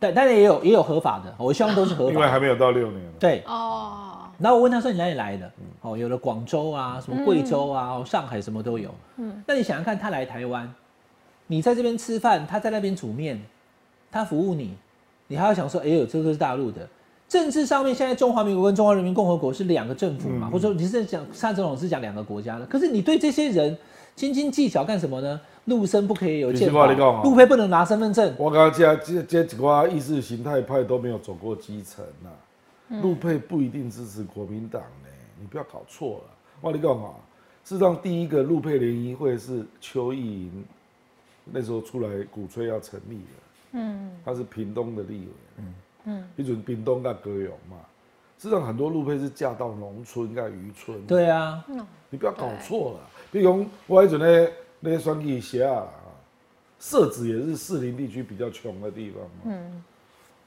Speaker 2: 对，但也有也有合法的，哦我希望都是合
Speaker 4: 因为
Speaker 2: 法的。
Speaker 4: 还没有到六年，
Speaker 2: 对，
Speaker 3: 哦，
Speaker 2: 然后我问他说你哪里来的？哦，有了广州啊，什么贵州
Speaker 3: 嗯
Speaker 2: 啊，哦上海什么都有。嗯，那你想想看，他来台湾，你在这边吃饭，他在那边煮面，他服务你，你还要想说，哎呦，这个是大陆的。政治上面，现在中华民国跟中华人民共和国是两个政府
Speaker 4: 嗯
Speaker 2: 嘛，或者说你是讲上总统是讲两个国家的，可是你对这些人斤斤计较干什么呢？陆生不可以有
Speaker 4: 你
Speaker 2: 健
Speaker 4: 是话
Speaker 2: 保
Speaker 4: 你讲啊，
Speaker 2: 陆配不能拿身份证，
Speaker 4: 我刚这这这几挂意识形态派都没有走过基层呐、陆配不一定支持国民党呢、你不要搞错了。我跟你讲啊，事实上第一个陆配联谊会是邱意莹那时候出来鼓吹要成立的，嗯，他是屏东的立委，嗯嗯，一准屏东那歌勇嘛，事实上很多陆配是嫁到农村跟渔村，
Speaker 2: 对啊，
Speaker 4: 你不要搞错了。比如讲，我迄阵咧咧选举时啊，社子也是士林地区比较穷的地方嘛。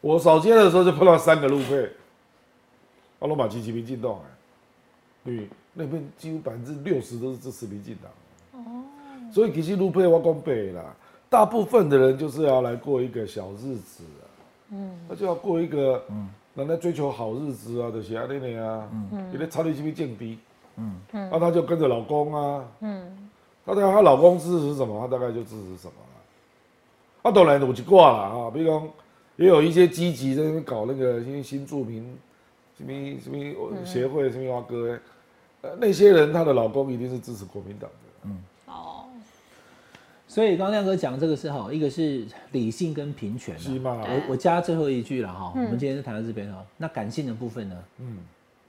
Speaker 4: 我扫街的时候就碰到三个路费，啊阿罗马积极民进党哎，对，那边几乎百分之六十都是支持民进党。哦，所以其实路配我讲白啦，大部分的人就是要来过一个小日子啊，嗯，他就要过一个嗯。人家追求好日子啊，就是安尼尔啊，嗯，咧操你这边政敌，那、她就跟着老公啊，嗯，那当然她老公支持什么，她大概就支持什么了。啊，当然我就挂了啊，比如讲也有一些积极在那边搞那个新新住民什么什么协会什么花哥，呃，那些人她的老公一定是支持国民党的，
Speaker 3: 哦，
Speaker 2: 所以刚刚亮哥讲这个是哈，一个是理性跟平权、啊，
Speaker 4: 是嘛
Speaker 2: 我我加最后一句了哈，我们今天就谈到这边哈。那感性的部分呢？嗯，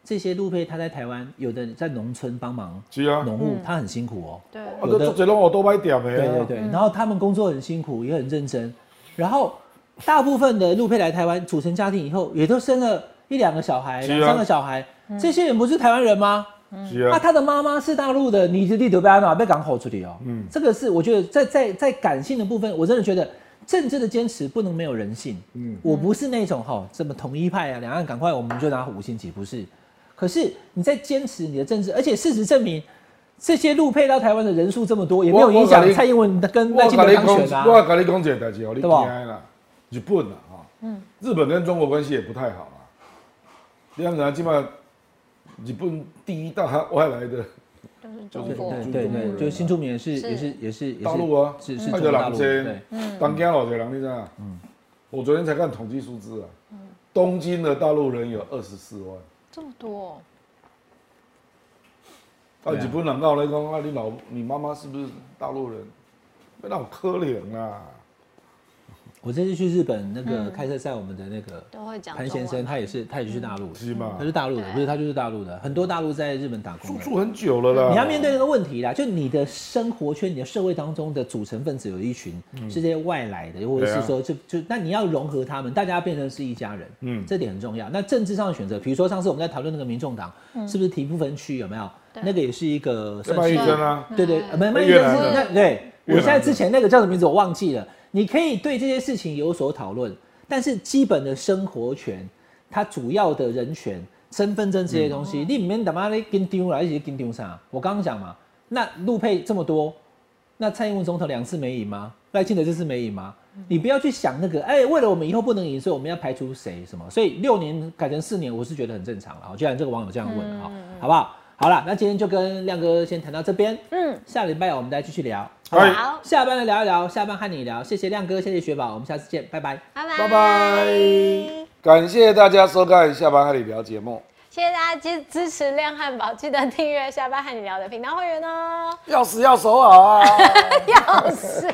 Speaker 2: 这些路配他在台湾，有的在农村帮忙
Speaker 4: 是啊，
Speaker 2: 农户，他很辛苦哦。
Speaker 3: 对，
Speaker 4: 啊，这做嘴拢我都买点的、啊，
Speaker 2: 对对对，然后他们工作很辛苦，也很认真。然后大部分的路配来台湾组成家庭以后，也都生了一两个小孩、
Speaker 4: 是啊
Speaker 2: 两三个小孩，这些人不是台湾人吗？
Speaker 4: 是
Speaker 2: 啊，
Speaker 4: 啊，
Speaker 2: 他的妈妈是大陆的，你就地得被安娜被港口处理哦。嗯
Speaker 4: 嗯，
Speaker 2: 这个是我觉得在在在感性的部分，我真的觉得政治的坚持不能没有人性。嗯
Speaker 4: 嗯，
Speaker 2: 我不是那种哈什么统一派啊，两岸赶快我们就拿五星级，不是。可是你在坚持你的政治，而且事实证明，这些路配到台湾的人数这么多，也没有
Speaker 4: 我我
Speaker 2: 影
Speaker 4: 跟
Speaker 2: 响
Speaker 4: 你
Speaker 2: 蔡英文跟赖
Speaker 4: 我
Speaker 2: 清德
Speaker 4: 跟你
Speaker 2: 当
Speaker 4: 讲，
Speaker 2: 选
Speaker 4: 我
Speaker 2: 啊。
Speaker 4: 跟你讲一个代志，哦我你
Speaker 2: 对
Speaker 4: 惊
Speaker 2: 吧
Speaker 4: 的啦，日本啦，哈，
Speaker 3: 嗯
Speaker 4: 日本跟中国关系也不太好啦。你看，人起码日本第一大外来的
Speaker 3: 就是
Speaker 4: 就
Speaker 3: 中
Speaker 4: 是
Speaker 2: 对
Speaker 3: 国
Speaker 2: 对
Speaker 4: 中
Speaker 2: 对
Speaker 4: 中国人
Speaker 2: 对，
Speaker 4: 啊
Speaker 2: 就新住民也是
Speaker 3: 是
Speaker 2: 也是也是也是
Speaker 4: 大陆啊，
Speaker 2: 是是
Speaker 4: 那
Speaker 2: 中
Speaker 4: 就
Speaker 2: 国大
Speaker 4: 两
Speaker 2: 陆
Speaker 4: 千
Speaker 2: 对，，
Speaker 3: 嗯
Speaker 4: 当家老多人，你知道？嗯，我昨天才看统计数字啊，
Speaker 3: 嗯
Speaker 4: 东京的大陆人有二十四万，
Speaker 3: 这么多，
Speaker 4: 啊，
Speaker 2: 对啊
Speaker 4: 日本人到来讲，啊，你老你妈妈是不是大陆人？那好可怜啊！
Speaker 2: 我这次去日本那个开车赛，我们的那个
Speaker 3: 都会讲
Speaker 2: 潘
Speaker 3: 中
Speaker 2: 先生
Speaker 3: 文，嗯
Speaker 2: 他也是他也是去大陆的，
Speaker 4: 是吗
Speaker 2: 他是大陆的，
Speaker 3: 对
Speaker 2: 不是他就是大陆的，很多大陆在日本打工
Speaker 4: 住
Speaker 2: 的。
Speaker 4: 住很久了啦，
Speaker 2: 你要面对那个问题啦，就你的生活圈、你的社会当中的组成分子有一群是这些外来的，或者
Speaker 4: 嗯对
Speaker 2: 是
Speaker 4: 啊
Speaker 2: 说就就那你要融合他们，大家变成是一家人，嗯
Speaker 4: 嗯，
Speaker 2: 这点很重要。那政治上的选择，比如说上次我们在讨论那个民众党
Speaker 3: 嗯
Speaker 2: 是不是提不分区有没有？那个也是一个
Speaker 4: 对
Speaker 2: 算
Speaker 4: 吧？玉
Speaker 2: 是
Speaker 4: 珍啊，
Speaker 2: 对对，呃没没
Speaker 4: 越
Speaker 2: 认
Speaker 4: 南
Speaker 2: 识
Speaker 4: 的
Speaker 2: 那对，我
Speaker 4: 越
Speaker 2: 现在
Speaker 4: 南的
Speaker 2: 之前那个叫什么名字我忘记了。你可以对这些事情有所讨论，但是基本的生活权，它主要的人权、身份证这些东西，你里面他妈的跟丢来一起跟丢啥？我刚刚讲嘛，那路配这么多，那蔡英文总统两次没赢吗？赖清德这次没赢吗？你不要去想那个，哎、为了我们以后不能赢，所以我们要排除谁什么？所以六年改成四年，我是觉得很正常了。好既然这个网友这样问啊、好不好？好了，那今天就跟亮哥先谈到这边。嗯，下礼拜我们再继续聊。好不
Speaker 4: 好
Speaker 2: 好？下班了聊一聊，下班和你聊，谢谢亮哥，谢谢雪宝，我们下次见，拜拜。
Speaker 3: 拜拜
Speaker 4: 拜拜，感谢大家收看《下班和你聊》节目，
Speaker 3: 谢谢大家支支持亮汉堡，记得订阅下班和你聊的频道会员哦。
Speaker 4: 要死要手好啊！
Speaker 3: 要是。